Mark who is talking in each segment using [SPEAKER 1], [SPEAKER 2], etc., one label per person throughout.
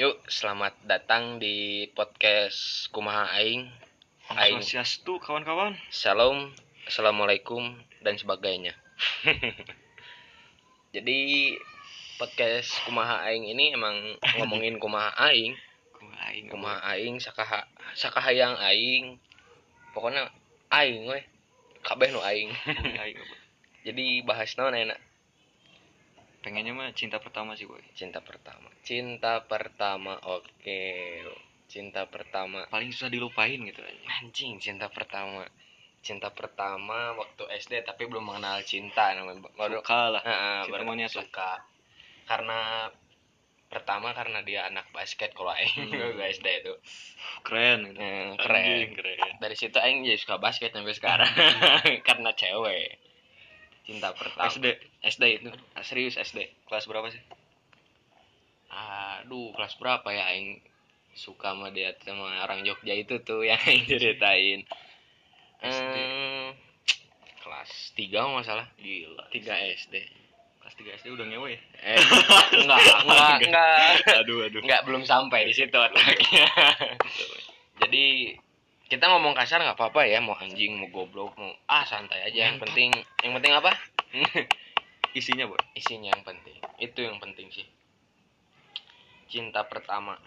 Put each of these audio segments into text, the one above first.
[SPEAKER 1] Yuk, selamat datang di podcast Kumaha Aing. Aing,
[SPEAKER 2] Swastiastu kawan-kawan.
[SPEAKER 1] Shalom, Assalamualaikum, dan sebagainya. Jadi, podcast Kumaha Aing ini emang ngomongin Kumaha Aing.
[SPEAKER 2] Kumaha aing,
[SPEAKER 1] Kumaha Aing, sakaha, sakahayang Aing. Pokoknya Aing weh. Kabeh nu Aing.
[SPEAKER 2] kumaha aing, apa?
[SPEAKER 1] Jadi, bahas naon enak.
[SPEAKER 2] Pengennya mah cinta pertama sih, Boy.
[SPEAKER 1] Cinta pertama. Cinta pertama, oke. Cinta pertama
[SPEAKER 2] Paling susah dilupain gitu aja.
[SPEAKER 1] Anjing, cinta pertama. Cinta pertama waktu SD tapi belum mengenal cinta namanya. Baru
[SPEAKER 2] Suka lah.
[SPEAKER 1] Heeh,
[SPEAKER 2] Cinta
[SPEAKER 1] baru
[SPEAKER 2] monyet ya? lah.
[SPEAKER 1] suka. Karena pertama karena dia anak basket kalau aing
[SPEAKER 2] Hmm.
[SPEAKER 1] waktu SD itu.
[SPEAKER 2] Keren gitu.
[SPEAKER 1] Eh,
[SPEAKER 2] Anjing,
[SPEAKER 1] keren.
[SPEAKER 2] keren.
[SPEAKER 1] Dari situ aing jadi suka basket sampai sekarang karena cewek. Cinta pertama.
[SPEAKER 2] SD.
[SPEAKER 1] SD itu. Ah, Serius SD.
[SPEAKER 2] Kelas berapa sih?
[SPEAKER 1] Aduh, kelas berapa ya aing suka sama dia sama orang Jogja itu tuh yang aing ceritain.
[SPEAKER 2] SD.
[SPEAKER 1] Eh, kelas 3 kalau nggak salah.
[SPEAKER 2] Gila.
[SPEAKER 1] 3 SD.
[SPEAKER 2] Kelas 3 SD udah ngewe ya?
[SPEAKER 1] Eh, enggak, enggak, enggak.
[SPEAKER 2] aduh, aduh.
[SPEAKER 1] Enggak belum sampai di situ otaknya. Jadi kita ngomong kasar nggak apa-apa ya, mau anjing, mau goblok, mau ah santai aja. Yang penting, yang penting apa?
[SPEAKER 2] Isinya, Boy.
[SPEAKER 1] Isinya yang penting. Itu yang penting sih. Cinta pertama.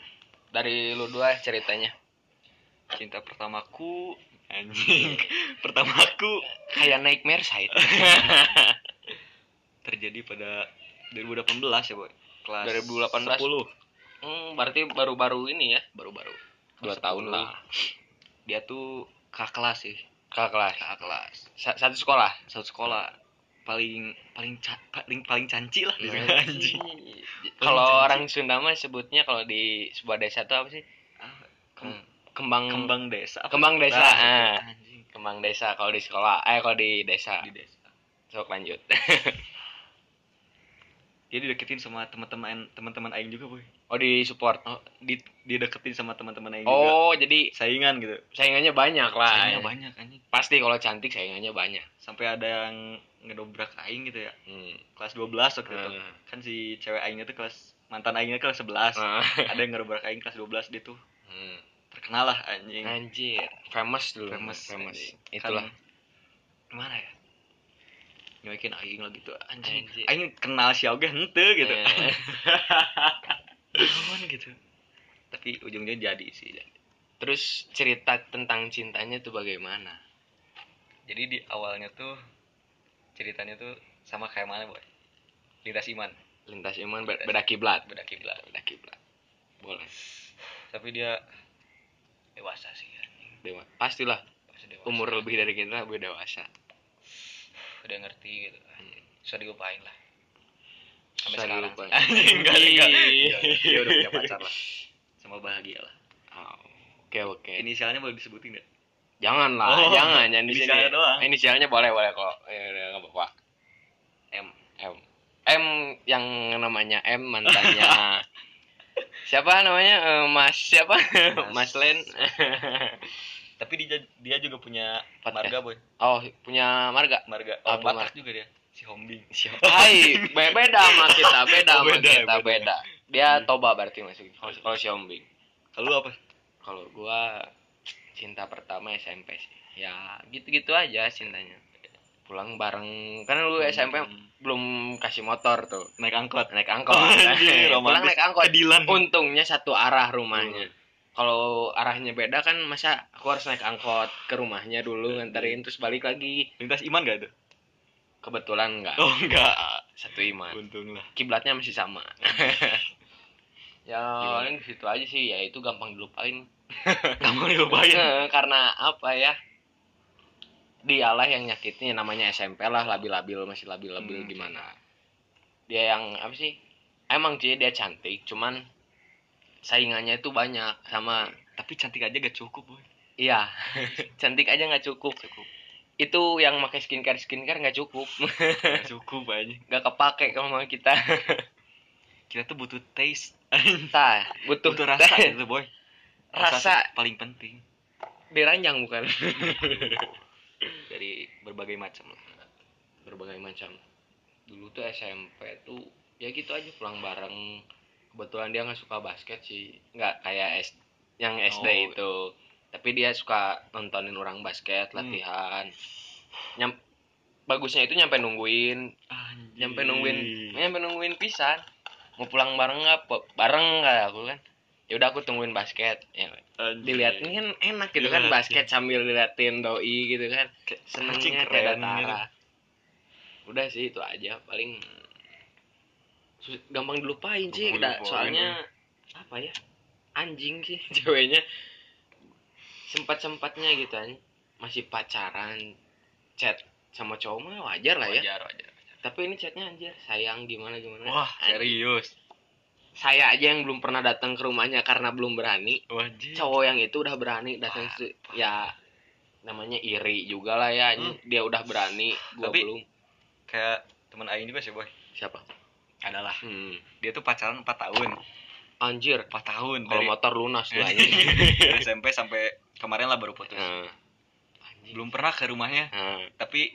[SPEAKER 1] Dari lu dua ceritanya.
[SPEAKER 2] Cinta pertamaku anjing. pertamaku
[SPEAKER 1] Kayak nightmare side.
[SPEAKER 2] terjadi pada 2018 ya, Boy. Kelas
[SPEAKER 1] 2018.
[SPEAKER 2] 10.
[SPEAKER 1] Hmm, berarti baru-baru ini ya, baru-baru. Dua
[SPEAKER 2] Kelas
[SPEAKER 1] tahun
[SPEAKER 2] 10.
[SPEAKER 1] lah.
[SPEAKER 2] Dia tuh kakak kelas sih.
[SPEAKER 1] Kakak kelas.
[SPEAKER 2] Kakak kelas.
[SPEAKER 1] Sa- Satu sekolah.
[SPEAKER 2] satu sekolah paling paling ca- paling paling canci lah gitu.
[SPEAKER 1] Anjing.
[SPEAKER 2] anjing
[SPEAKER 1] Kalau
[SPEAKER 2] Anjing.
[SPEAKER 1] orang Sunda mah sebutnya kalau di sebuah desa tuh apa sih?
[SPEAKER 2] Apa? Kem-
[SPEAKER 1] Hmm, Kembang kembang,
[SPEAKER 2] kembang desa apa?
[SPEAKER 1] Kembang desa,
[SPEAKER 2] Nah, gitu.
[SPEAKER 1] ah.
[SPEAKER 2] anjing
[SPEAKER 1] desa kalau di sekolah. Eh kalau di desa.
[SPEAKER 2] di desa
[SPEAKER 1] Sok lanjut.
[SPEAKER 2] dia dideketin sama teman-teman teman-teman aing juga boy
[SPEAKER 1] Oh di support.
[SPEAKER 2] oh di dideketin sama teman-teman aing juga
[SPEAKER 1] Oh, Ah, iya. jadi
[SPEAKER 2] saingan gitu
[SPEAKER 1] saingannya banyak lah.
[SPEAKER 2] saingannya banyak anjing
[SPEAKER 1] Pasti kalau cantik saingannya banyak.
[SPEAKER 2] sampai ada yang ngedobrak aing gitu ya
[SPEAKER 1] Hmm.
[SPEAKER 2] kelas 12 waktu itu
[SPEAKER 1] Hmm.
[SPEAKER 2] kan si cewek aingnya tuh kelas mantan aingnya kelas 11
[SPEAKER 1] Ah.
[SPEAKER 2] ada yang ngedobrak aing kelas 12 dia tuh
[SPEAKER 1] Hmm.
[SPEAKER 2] terkenal lah
[SPEAKER 1] Ah.
[SPEAKER 2] anjing
[SPEAKER 1] Anjir, famous dulu.
[SPEAKER 2] famous
[SPEAKER 1] famous.
[SPEAKER 2] anjing.
[SPEAKER 1] Itulah.
[SPEAKER 2] Kan, gimana ya nyoekin aing lah gitu anjing
[SPEAKER 1] Anjing.
[SPEAKER 2] aing kenal si oge henteu gitu
[SPEAKER 1] Eh.
[SPEAKER 2] Cuman gitu tapi ujungnya jadi sih
[SPEAKER 1] Terus cerita tentang cintanya tuh bagaimana?
[SPEAKER 2] jadi di awalnya tuh ceritanya tuh sama kayak mana boy lintas iman
[SPEAKER 1] Lintas iman ber- beda kiblat.
[SPEAKER 2] beda kiblat
[SPEAKER 1] Beda kiblat. Boleh.
[SPEAKER 2] tapi dia dewasa sih anjing
[SPEAKER 1] Dewa. Pastilah
[SPEAKER 2] Pasti dewasa.
[SPEAKER 1] umur lebih dari kita lebih dewasa.
[SPEAKER 2] udah ngerti gitu anjing susah dilupain lah sampai
[SPEAKER 1] Susah
[SPEAKER 2] sekarang
[SPEAKER 1] dilupain.
[SPEAKER 2] sih. Anjing, enggak enggak
[SPEAKER 1] Iya.
[SPEAKER 2] dia udah punya pacar lah sama bahagia lah
[SPEAKER 1] Oh, Oke oke.
[SPEAKER 2] inisialnya boleh disebutin nggak
[SPEAKER 1] Jangan lah,
[SPEAKER 2] Oh,
[SPEAKER 1] jangan jangan di
[SPEAKER 2] inisialnya
[SPEAKER 1] sini.
[SPEAKER 2] doang.
[SPEAKER 1] Inisialnya boleh boleh kok. Ya udah nggak apa-apa.
[SPEAKER 2] M
[SPEAKER 1] M. M yang namanya M mantannya. siapa namanya? Eh, Mas siapa? Mas,
[SPEAKER 2] Mas.
[SPEAKER 1] Len.
[SPEAKER 2] tapi dia dia juga punya
[SPEAKER 1] Podcast.
[SPEAKER 2] marga boy
[SPEAKER 1] oh, punya marga.
[SPEAKER 2] marga
[SPEAKER 1] Apa
[SPEAKER 2] oh, batak
[SPEAKER 1] marga?
[SPEAKER 2] juga dia si hombing
[SPEAKER 1] Hai, be- beda sama kita, beda
[SPEAKER 2] Oh,
[SPEAKER 1] sama kita,
[SPEAKER 2] beda, beda. Hmm. Oh,
[SPEAKER 1] beda. Dia toba berarti masuk. Kalau kalau si Ombing.
[SPEAKER 2] kalau apa
[SPEAKER 1] Kalau gua cinta pertama SMP sih. Ya, gitu-gitu aja cintanya. Pulang bareng karena
[SPEAKER 2] Hmm.
[SPEAKER 1] lu SMP belum kasih motor tuh.
[SPEAKER 2] naik angkot
[SPEAKER 1] Naik angkot.
[SPEAKER 2] Anjir,
[SPEAKER 1] Pulang
[SPEAKER 2] Oh, romantis. Hmm.
[SPEAKER 1] naik angkot.
[SPEAKER 2] Kedilan.
[SPEAKER 1] Untungnya satu arah rumahnya. Kalau arahnya beda kan masa aku harus naik angkot ke rumahnya dulu
[SPEAKER 2] Hmm.
[SPEAKER 1] nganterin terus balik lagi.
[SPEAKER 2] lintas iman gak itu
[SPEAKER 1] Kebetulan enggak.
[SPEAKER 2] oh enggak
[SPEAKER 1] Satu iman.
[SPEAKER 2] untung lah
[SPEAKER 1] kiblatnya masih sama. ya paling di situ aja sih, ya itu gampang dilupain.
[SPEAKER 2] kamu dilupain
[SPEAKER 1] Eh, karena apa ya? Dialah yang nyakitin namanya SMP lah, labil-labil masih labil-labil
[SPEAKER 2] Hmm.
[SPEAKER 1] gimana. Dia yang apa sih? Emang sih dia cantik, cuman saingannya itu banyak sama
[SPEAKER 2] tapi cantik aja gak cukup boy
[SPEAKER 1] iya cantik aja nggak cukup itu yang pakai skincare skincare nggak cukup
[SPEAKER 2] Gak cukup aja
[SPEAKER 1] nggak kepake sama kita
[SPEAKER 2] kita tuh butuh taste
[SPEAKER 1] kita butuh,
[SPEAKER 2] butuh rasa gitu boy
[SPEAKER 1] Rasa.
[SPEAKER 2] tuh paling penting
[SPEAKER 1] diranjang bukan
[SPEAKER 2] berbagai macam lah.
[SPEAKER 1] berbagai macam dulu tuh SMP tuh ya gitu aja pulang bareng kebetulan dia nggak suka basket sih nggak kayak S- yang SD
[SPEAKER 2] Oh.
[SPEAKER 1] itu tapi dia suka nontonin orang basket
[SPEAKER 2] Hmm.
[SPEAKER 1] latihan Nyam- bagusnya itu nyampe nungguin nyampe nungguin nyampe nungguin pisan mau pulang bareng nggak Po- bareng nggak aku kan ya udah aku tungguin basket ya, diliatin kan enak gitu kan
[SPEAKER 2] Diliatin. ya,
[SPEAKER 1] basket sambil diliatin doi gitu kan
[SPEAKER 2] Iya. Anjing,
[SPEAKER 1] senengnya
[SPEAKER 2] keren gitu.
[SPEAKER 1] tiada tara udah sih itu aja paling sus- gampang dilupain sih
[SPEAKER 2] Gampang
[SPEAKER 1] Da-
[SPEAKER 2] dilupain.
[SPEAKER 1] soalnya apa ya anjing sih ceweknya sempat sempatnya gitu kan masih pacaran chat sama cowok mah wajar lah ya
[SPEAKER 2] Wajar, wajar, wajar.
[SPEAKER 1] tapi ini chatnya anjir sayang gimana gimana
[SPEAKER 2] Wah, serius.
[SPEAKER 1] saya aja yang belum pernah datang ke rumahnya karena belum berani
[SPEAKER 2] Wajib.
[SPEAKER 1] cowok yang itu udah berani datang
[SPEAKER 2] Wah.
[SPEAKER 1] se- ya namanya iri juga lah ya
[SPEAKER 2] Hmm.
[SPEAKER 1] dia udah berani gua
[SPEAKER 2] Tapi-
[SPEAKER 1] belum
[SPEAKER 2] Kayak teman Aing juga sih, Boy.
[SPEAKER 1] siapa
[SPEAKER 2] Adalah.
[SPEAKER 1] hmm.
[SPEAKER 2] Dia tuh pacaran 4 tahun.
[SPEAKER 1] anjir
[SPEAKER 2] 4 tahun
[SPEAKER 1] kalau
[SPEAKER 2] dari-
[SPEAKER 1] motor lunas tuh
[SPEAKER 2] gitu. dari
[SPEAKER 1] anjing
[SPEAKER 2] SMP sampai kemarin lah baru putus.
[SPEAKER 1] Nah,
[SPEAKER 2] Belum pernah ke rumahnya,
[SPEAKER 1] nah,
[SPEAKER 2] tapi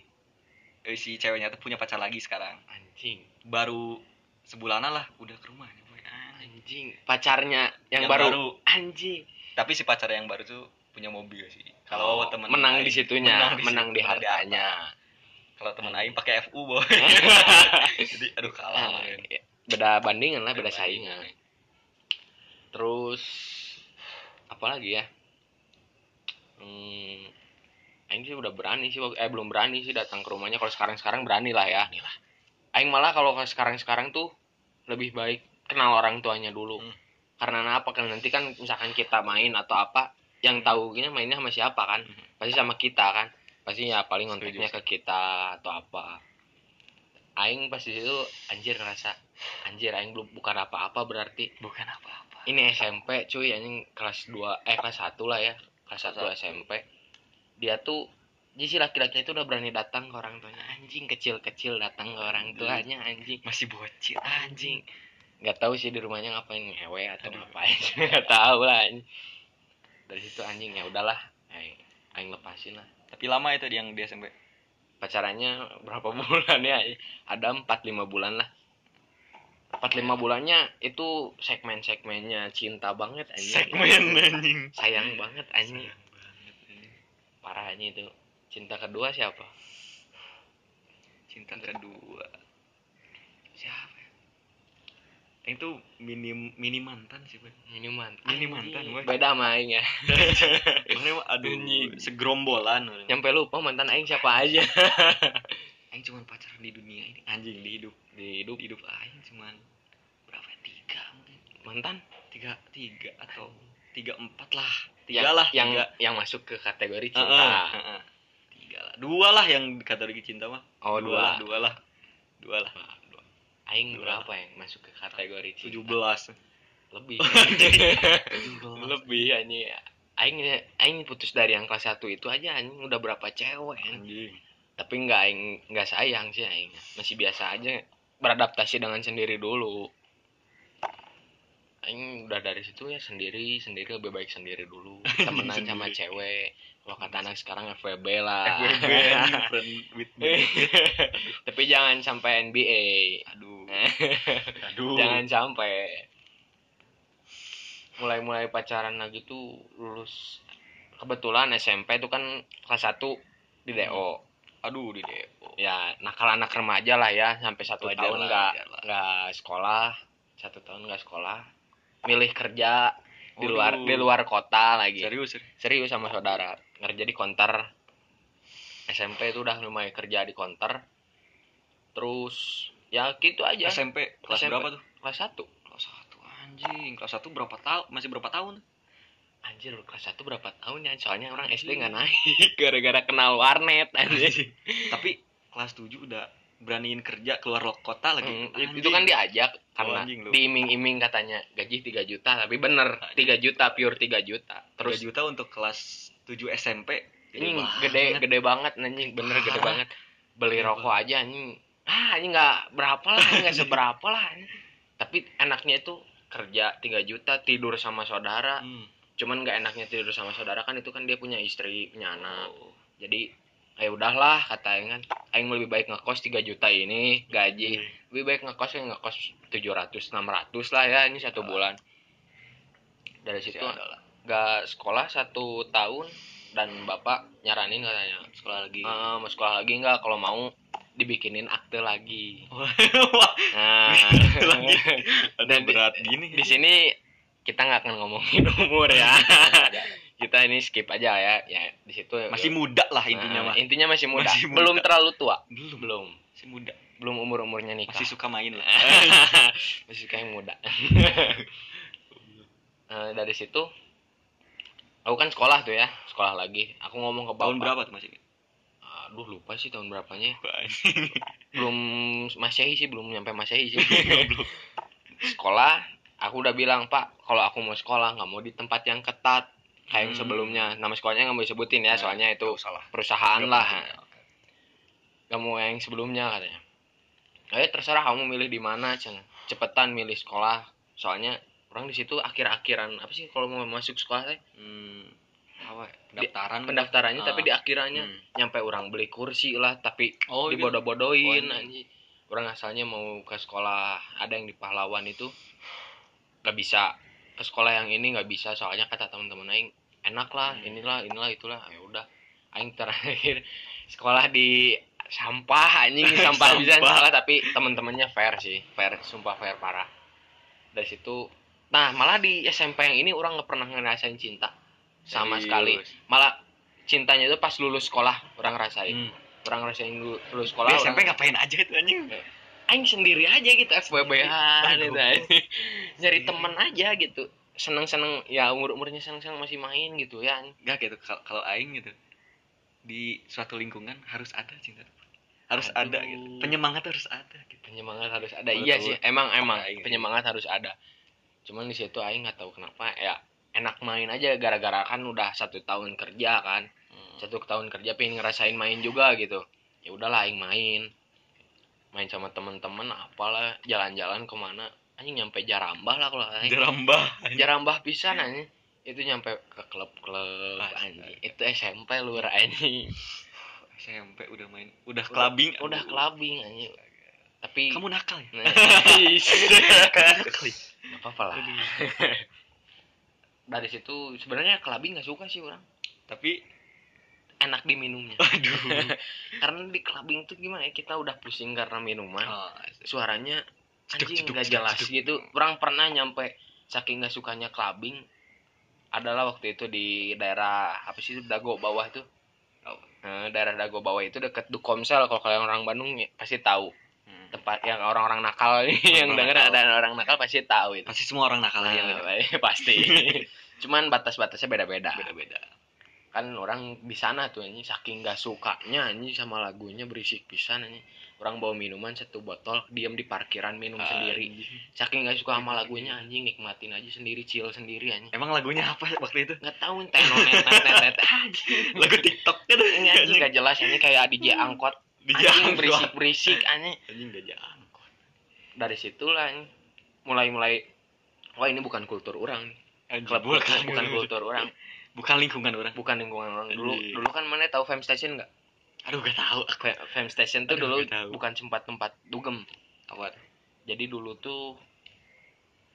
[SPEAKER 2] eh, si ceweknya tuh punya pacar lagi sekarang.
[SPEAKER 1] anjing
[SPEAKER 2] Baru sebulanan lah udah ke rumahnya, Boy.
[SPEAKER 1] anjing pacarnya yang,
[SPEAKER 2] Yang
[SPEAKER 1] baru.
[SPEAKER 2] baru.
[SPEAKER 1] anjing
[SPEAKER 2] Tapi si pacar yang baru tuh punya mobil sih.
[SPEAKER 1] kalau
[SPEAKER 2] Kalau teman
[SPEAKER 1] Oh, menang
[SPEAKER 2] Aing-
[SPEAKER 1] di situnya menang di,
[SPEAKER 2] menang
[SPEAKER 1] hartanya
[SPEAKER 2] Kalau teman Aing pakai FU, Boy. Jadi aduh kalah.
[SPEAKER 1] Nah,
[SPEAKER 2] kemarin.
[SPEAKER 1] ya, beda bandingan lah beda
[SPEAKER 2] Aduh,
[SPEAKER 1] saingan
[SPEAKER 2] Aing.
[SPEAKER 1] terus apalagi ya hmm, Aing sih udah berani sih waktu- eh belum berani sih datang ke rumahnya kalau sekarang sekarang berani lah ya
[SPEAKER 2] Berani lah.
[SPEAKER 1] Aing malah kalau ke sekarang sekarang tuh lebih baik kenal orang tuanya dulu
[SPEAKER 2] Hmm.
[SPEAKER 1] karena apa kan nanti kan misalkan kita main atau apa yang tahu gini mainnya sama siapa kan pasti sama kita kan pasti ya paling kontaknya ke kita atau apa Aing pasti itu anjir ngerasa anjir Aing belum bukan apa-apa berarti
[SPEAKER 2] Bukan apa-apa.
[SPEAKER 1] ini SMP cuy anjing kelas 2 eh kelas 1 lah ya kelas 1
[SPEAKER 2] Kelas
[SPEAKER 1] SMP dia tuh jadi si laki-laki itu udah berani datang ke orang tuanya anjing kecil-kecil datang ke
[SPEAKER 2] Iya.
[SPEAKER 1] orang tuanya anjing
[SPEAKER 2] Masih bocil.
[SPEAKER 1] anjing nggak tahu sih di rumahnya ngapain ngewe atau
[SPEAKER 2] Aduh.
[SPEAKER 1] ngapain nggak tahu lah anjing. dari situ anjing ya udahlah aing, aing lepasin lah
[SPEAKER 2] Tapi lama itu yang di SMP.
[SPEAKER 1] pacarannya berapa bulan ya ada 4 5 bulan lah 4 5 bulannya itu segmen-segmennya cinta banget anjing
[SPEAKER 2] anjing.
[SPEAKER 1] sayang banget Iya, anjing parah anjing itu cinta kedua siapa
[SPEAKER 2] Cinta
[SPEAKER 1] Iya.
[SPEAKER 2] kedua. Siapa? ya? Yang Itu minim mini mantan sih, Bang.
[SPEAKER 1] ini mantan
[SPEAKER 2] Ini mantan, woy.
[SPEAKER 1] beda sama aing ya
[SPEAKER 2] Kemarin mah, aduh
[SPEAKER 1] Anjing.
[SPEAKER 2] segerombolan. orang.
[SPEAKER 1] nyampe lupa mantan aing siapa aja
[SPEAKER 2] Aing cuman pacaran di dunia ini anjing di hidup
[SPEAKER 1] di hidup
[SPEAKER 2] di hidup aing cuman berapa ya? tiga mungkin
[SPEAKER 1] mantan
[SPEAKER 2] tiga tiga atau tiga empat lah
[SPEAKER 1] yang,
[SPEAKER 2] tiga lah
[SPEAKER 1] yang
[SPEAKER 2] tiga.
[SPEAKER 1] yang masuk ke kategori
[SPEAKER 2] Heeh,
[SPEAKER 1] cinta
[SPEAKER 2] heeh. tiga lah dua lah yang kategori cinta mah
[SPEAKER 1] oh dua,
[SPEAKER 2] lah dua lah dua lah
[SPEAKER 1] aing
[SPEAKER 2] Dua.
[SPEAKER 1] berapa yang masuk ke kategori
[SPEAKER 2] tujuh
[SPEAKER 1] cinta
[SPEAKER 2] belas
[SPEAKER 1] lebih
[SPEAKER 2] tujuh
[SPEAKER 1] lebih anjing aing aing putus dari yang kelas 1 itu aja anjing udah berapa cewek anjing.
[SPEAKER 2] anjing
[SPEAKER 1] tapi nggak aing nggak sayang sih aing masih biasa aja beradaptasi dengan sendiri dulu aing udah dari situ ya sendiri sendiri lebih baik sendiri dulu temenan sama
[SPEAKER 2] Sendiri.
[SPEAKER 1] cewek kalau kata anak sekarang FWB lah
[SPEAKER 2] FWB anjing friend with me
[SPEAKER 1] tapi jangan sampai NBA
[SPEAKER 2] aduh aduh
[SPEAKER 1] jangan sampai mulai-mulai pacaran lagi tuh lulus kebetulan SMP itu kan kelas 1 di DO
[SPEAKER 2] aduh di E depo
[SPEAKER 1] ya nakal anak remaja lah ya sampai satu
[SPEAKER 2] Wajar
[SPEAKER 1] tahun
[SPEAKER 2] lah,
[SPEAKER 1] nggak
[SPEAKER 2] wajar lah.
[SPEAKER 1] nggak sekolah satu tahun nggak sekolah milih kerja di
[SPEAKER 2] Waduh.
[SPEAKER 1] luar di luar kota lagi serius,
[SPEAKER 2] serius serius.
[SPEAKER 1] sama saudara ngerja di konter SMP itu udah lumayan kerja di konter terus ya gitu aja
[SPEAKER 2] SMP kelas
[SPEAKER 1] SMP.
[SPEAKER 2] berapa tuh
[SPEAKER 1] kelas satu
[SPEAKER 2] kelas satu anjing kelas satu berapa tahun masih berapa tahun
[SPEAKER 1] anjir kelas satu berapa tahun ya soalnya orang SD nggak naik gara-gara kenal warnet anjir
[SPEAKER 2] tapi kelas 7 udah beraniin kerja keluar lo- kota lagi
[SPEAKER 1] Hmm, itu kan diajak karena
[SPEAKER 2] anjing lu.
[SPEAKER 1] diiming-iming katanya gaji 3 juta tapi bener 3 juta pure 3 juta
[SPEAKER 2] terus
[SPEAKER 1] terus
[SPEAKER 2] juta untuk kelas 7 SMP
[SPEAKER 1] ini
[SPEAKER 2] banget.
[SPEAKER 1] gede gede banget anjing bener gede
[SPEAKER 2] Parah.
[SPEAKER 1] banget beli
[SPEAKER 2] Gede
[SPEAKER 1] rokok aja anjing ah ini nggak berapa lah nggak seberapa lah tapi enaknya itu kerja 3 juta tidur sama saudara
[SPEAKER 2] Hmm.
[SPEAKER 1] cuman nggak enaknya tidur sama saudara kan itu kan dia punya istri punya anak
[SPEAKER 2] Oh.
[SPEAKER 1] jadi ya udahlah kata Aing kan Aing lebih baik ngekos 3 juta ini
[SPEAKER 2] Hmm. Iya,
[SPEAKER 1] gaji lebih baik ngekos yang ngekos 700 600 lah ya ini satu
[SPEAKER 2] Ah.
[SPEAKER 1] bulan dari
[SPEAKER 2] Situ
[SPEAKER 1] situ
[SPEAKER 2] adalah
[SPEAKER 1] gak sekolah satu tahun dan bapak nyaranin katanya
[SPEAKER 2] sekolah lagi.
[SPEAKER 1] "Eh, mau sekolah lagi nggak kalau mau dibikinin akte lagi
[SPEAKER 2] Wah,
[SPEAKER 1] nah
[SPEAKER 2] Lagi.
[SPEAKER 1] Dan Nah, di-
[SPEAKER 2] berat gini.
[SPEAKER 1] di sini kita nggak akan ngomongin umur ya kita ini skip aja ya ya di situ
[SPEAKER 2] masih muda lah
[SPEAKER 1] Nah,
[SPEAKER 2] intinya mah.
[SPEAKER 1] intinya masih muda.
[SPEAKER 2] Masih muda.
[SPEAKER 1] belum terlalu tua
[SPEAKER 2] Belum,
[SPEAKER 1] belum
[SPEAKER 2] masih muda.
[SPEAKER 1] belum umur umurnya nikah Eh,
[SPEAKER 2] Masih suka main lah.
[SPEAKER 1] masih suka yang muda Eh, dari situ aku kan sekolah tuh ya sekolah lagi aku ngomong ke bapak
[SPEAKER 2] Tahun berapa tuh masih?
[SPEAKER 1] aduh lupa sih tahun berapanya belum masehi sih belum nyampe masehi sih sekolah aku udah bilang pak kalau aku mau sekolah nggak mau di tempat yang ketat kayak yang
[SPEAKER 2] Hmm.
[SPEAKER 1] sebelumnya nama sekolahnya nggak mau disebutin ya
[SPEAKER 2] Nah,
[SPEAKER 1] soalnya itu
[SPEAKER 2] salah.
[SPEAKER 1] perusahaan lah nggak mau yang sebelumnya katanya eh terserah kamu milih di mana ceng cepetan milih sekolah soalnya orang di situ akhir-akhiran apa sih kalau mau masuk sekolah teh
[SPEAKER 2] Hmm. Apa? ya? Pendaftaran.
[SPEAKER 1] pendaftarannya tapi
[SPEAKER 2] Ah.
[SPEAKER 1] di akhirannya
[SPEAKER 2] Hmm.
[SPEAKER 1] nyampe orang beli kursi lah tapi
[SPEAKER 2] Oh, iya.
[SPEAKER 1] dibodoh-bodohin
[SPEAKER 2] Oh, iya.
[SPEAKER 1] anjing. orang asalnya mau ke sekolah ada yang di pahlawan itu nggak bisa ke sekolah yang ini nggak bisa soalnya kata teman-teman aing enak lah
[SPEAKER 2] Hmm.
[SPEAKER 1] inilah inilah itulah ya udah aing terakhir sekolah di sampah anjing sampah bisa
[SPEAKER 2] Sampah.
[SPEAKER 1] salah tapi teman-temannya fair sih fair sumpah fair parah dari situ nah malah di SMP yang ini orang nggak pernah ngerasain cinta sama
[SPEAKER 2] Serius.
[SPEAKER 1] sekali malah cintanya itu pas lulus sekolah orang rasain
[SPEAKER 2] Hmm.
[SPEAKER 1] orang rasain lu- lulus
[SPEAKER 2] Kalau
[SPEAKER 1] sekolah orang-
[SPEAKER 2] SMP ngapain aja itu anjing?
[SPEAKER 1] aing sendiri aja gitu FBB-an
[SPEAKER 2] Aduh.
[SPEAKER 1] gitu anjing. nyari temen aja gitu seneng-seneng ya umur-umurnya seneng-seneng masih main gitu ya anjing.
[SPEAKER 2] Enggak gitu kal- kalau aing gitu. Di suatu lingkungan harus ada cinta. Harus
[SPEAKER 1] Aduh.
[SPEAKER 2] ada gitu. Penyemangat harus ada gitu.
[SPEAKER 1] penyemangat harus ada
[SPEAKER 2] Betul.
[SPEAKER 1] iya sih emang emang
[SPEAKER 2] Aing.
[SPEAKER 1] penyemangat harus ada cuman di situ aing nggak tahu kenapa ya enak main aja gara-gara kan udah satu tahun kerja kan
[SPEAKER 2] Hmm.
[SPEAKER 1] satu tahun kerja pengen ngerasain main juga gitu ya udahlah aing main main sama temen-temen apalah jalan-jalan kemana anjing nyampe jarambah lah kalau aing
[SPEAKER 2] Jerambah.
[SPEAKER 1] jarambah
[SPEAKER 2] Iya.
[SPEAKER 1] pisan anjing itu nyampe ke klub-klub
[SPEAKER 2] Astaga.
[SPEAKER 1] anjing itu SMP lur anjing
[SPEAKER 2] SMP udah main, udah clubbing.
[SPEAKER 1] udah
[SPEAKER 2] aduh.
[SPEAKER 1] clubbing anjing tapi
[SPEAKER 2] Kamu nakal ya?
[SPEAKER 1] Nah,
[SPEAKER 2] Nakal. ya?
[SPEAKER 1] nggak apa-apa lah
[SPEAKER 2] Aduh.
[SPEAKER 1] dari situ sebenarnya clubbing nggak suka sih orang
[SPEAKER 2] Tapi
[SPEAKER 1] enak diminumnya
[SPEAKER 2] aduh.
[SPEAKER 1] karena di clubbing tuh gimana ya kita udah pusing karena minuman
[SPEAKER 2] Oh,
[SPEAKER 1] suaranya
[SPEAKER 2] Jeduk,
[SPEAKER 1] anjing
[SPEAKER 2] jeduk,
[SPEAKER 1] nggak
[SPEAKER 2] jeduk,
[SPEAKER 1] jelas
[SPEAKER 2] jeduk.
[SPEAKER 1] gitu orang pernah nyampe saking nggak sukanya clubbing adalah waktu itu di daerah apa sih itu, dago bawah tuh
[SPEAKER 2] Apa?
[SPEAKER 1] Eh, daerah dago bawah itu deket Dukomsel kalau kalian orang Bandung ya, pasti tahu
[SPEAKER 2] Hmm.
[SPEAKER 1] tempat yang orang-orang nakal yang
[SPEAKER 2] Orang
[SPEAKER 1] denger
[SPEAKER 2] nakal.
[SPEAKER 1] ada orang nakal pasti tahu itu
[SPEAKER 2] Pasti semua orang nakal
[SPEAKER 1] Nah,
[SPEAKER 2] ya.
[SPEAKER 1] pasti cuman batas-batasnya beda-beda
[SPEAKER 2] Beda-beda.
[SPEAKER 1] kan orang di sana tuh ini saking gak sukanya ini sama lagunya berisik pisan ini orang bawa minuman satu botol diam di parkiran
[SPEAKER 2] Ah,
[SPEAKER 1] minum sendiri saking gak suka sama lagunya anjing nikmatin aja sendiri chill sendiri anjing
[SPEAKER 2] Emang lagunya apa waktu itu?
[SPEAKER 1] nggak tahu entah nonet nenet anjing
[SPEAKER 2] Lagu TikTok kan?
[SPEAKER 1] Ah, gitu, ini anjing gak jelas ini kayak DJ angkot anjing berisik berisik anjing
[SPEAKER 2] Anjing gajah angkot.
[SPEAKER 1] dari situlah anjing mulai mulai wah ini bukan kultur orang nih.
[SPEAKER 2] Anjing,
[SPEAKER 1] klub bukan, bukan
[SPEAKER 2] gitu.
[SPEAKER 1] kultur orang
[SPEAKER 2] Bukan lingkungan orang.
[SPEAKER 1] bukan lingkungan orang dulu
[SPEAKER 2] Anjing.
[SPEAKER 1] dulu kan mana tahu fam station nggak
[SPEAKER 2] Aduh gak tahu aku.
[SPEAKER 1] Fa- fam station tuh
[SPEAKER 2] Aduh,
[SPEAKER 1] dulu
[SPEAKER 2] nggak tahu.
[SPEAKER 1] bukan tempat tempat dugem
[SPEAKER 2] Apa?
[SPEAKER 1] jadi dulu tuh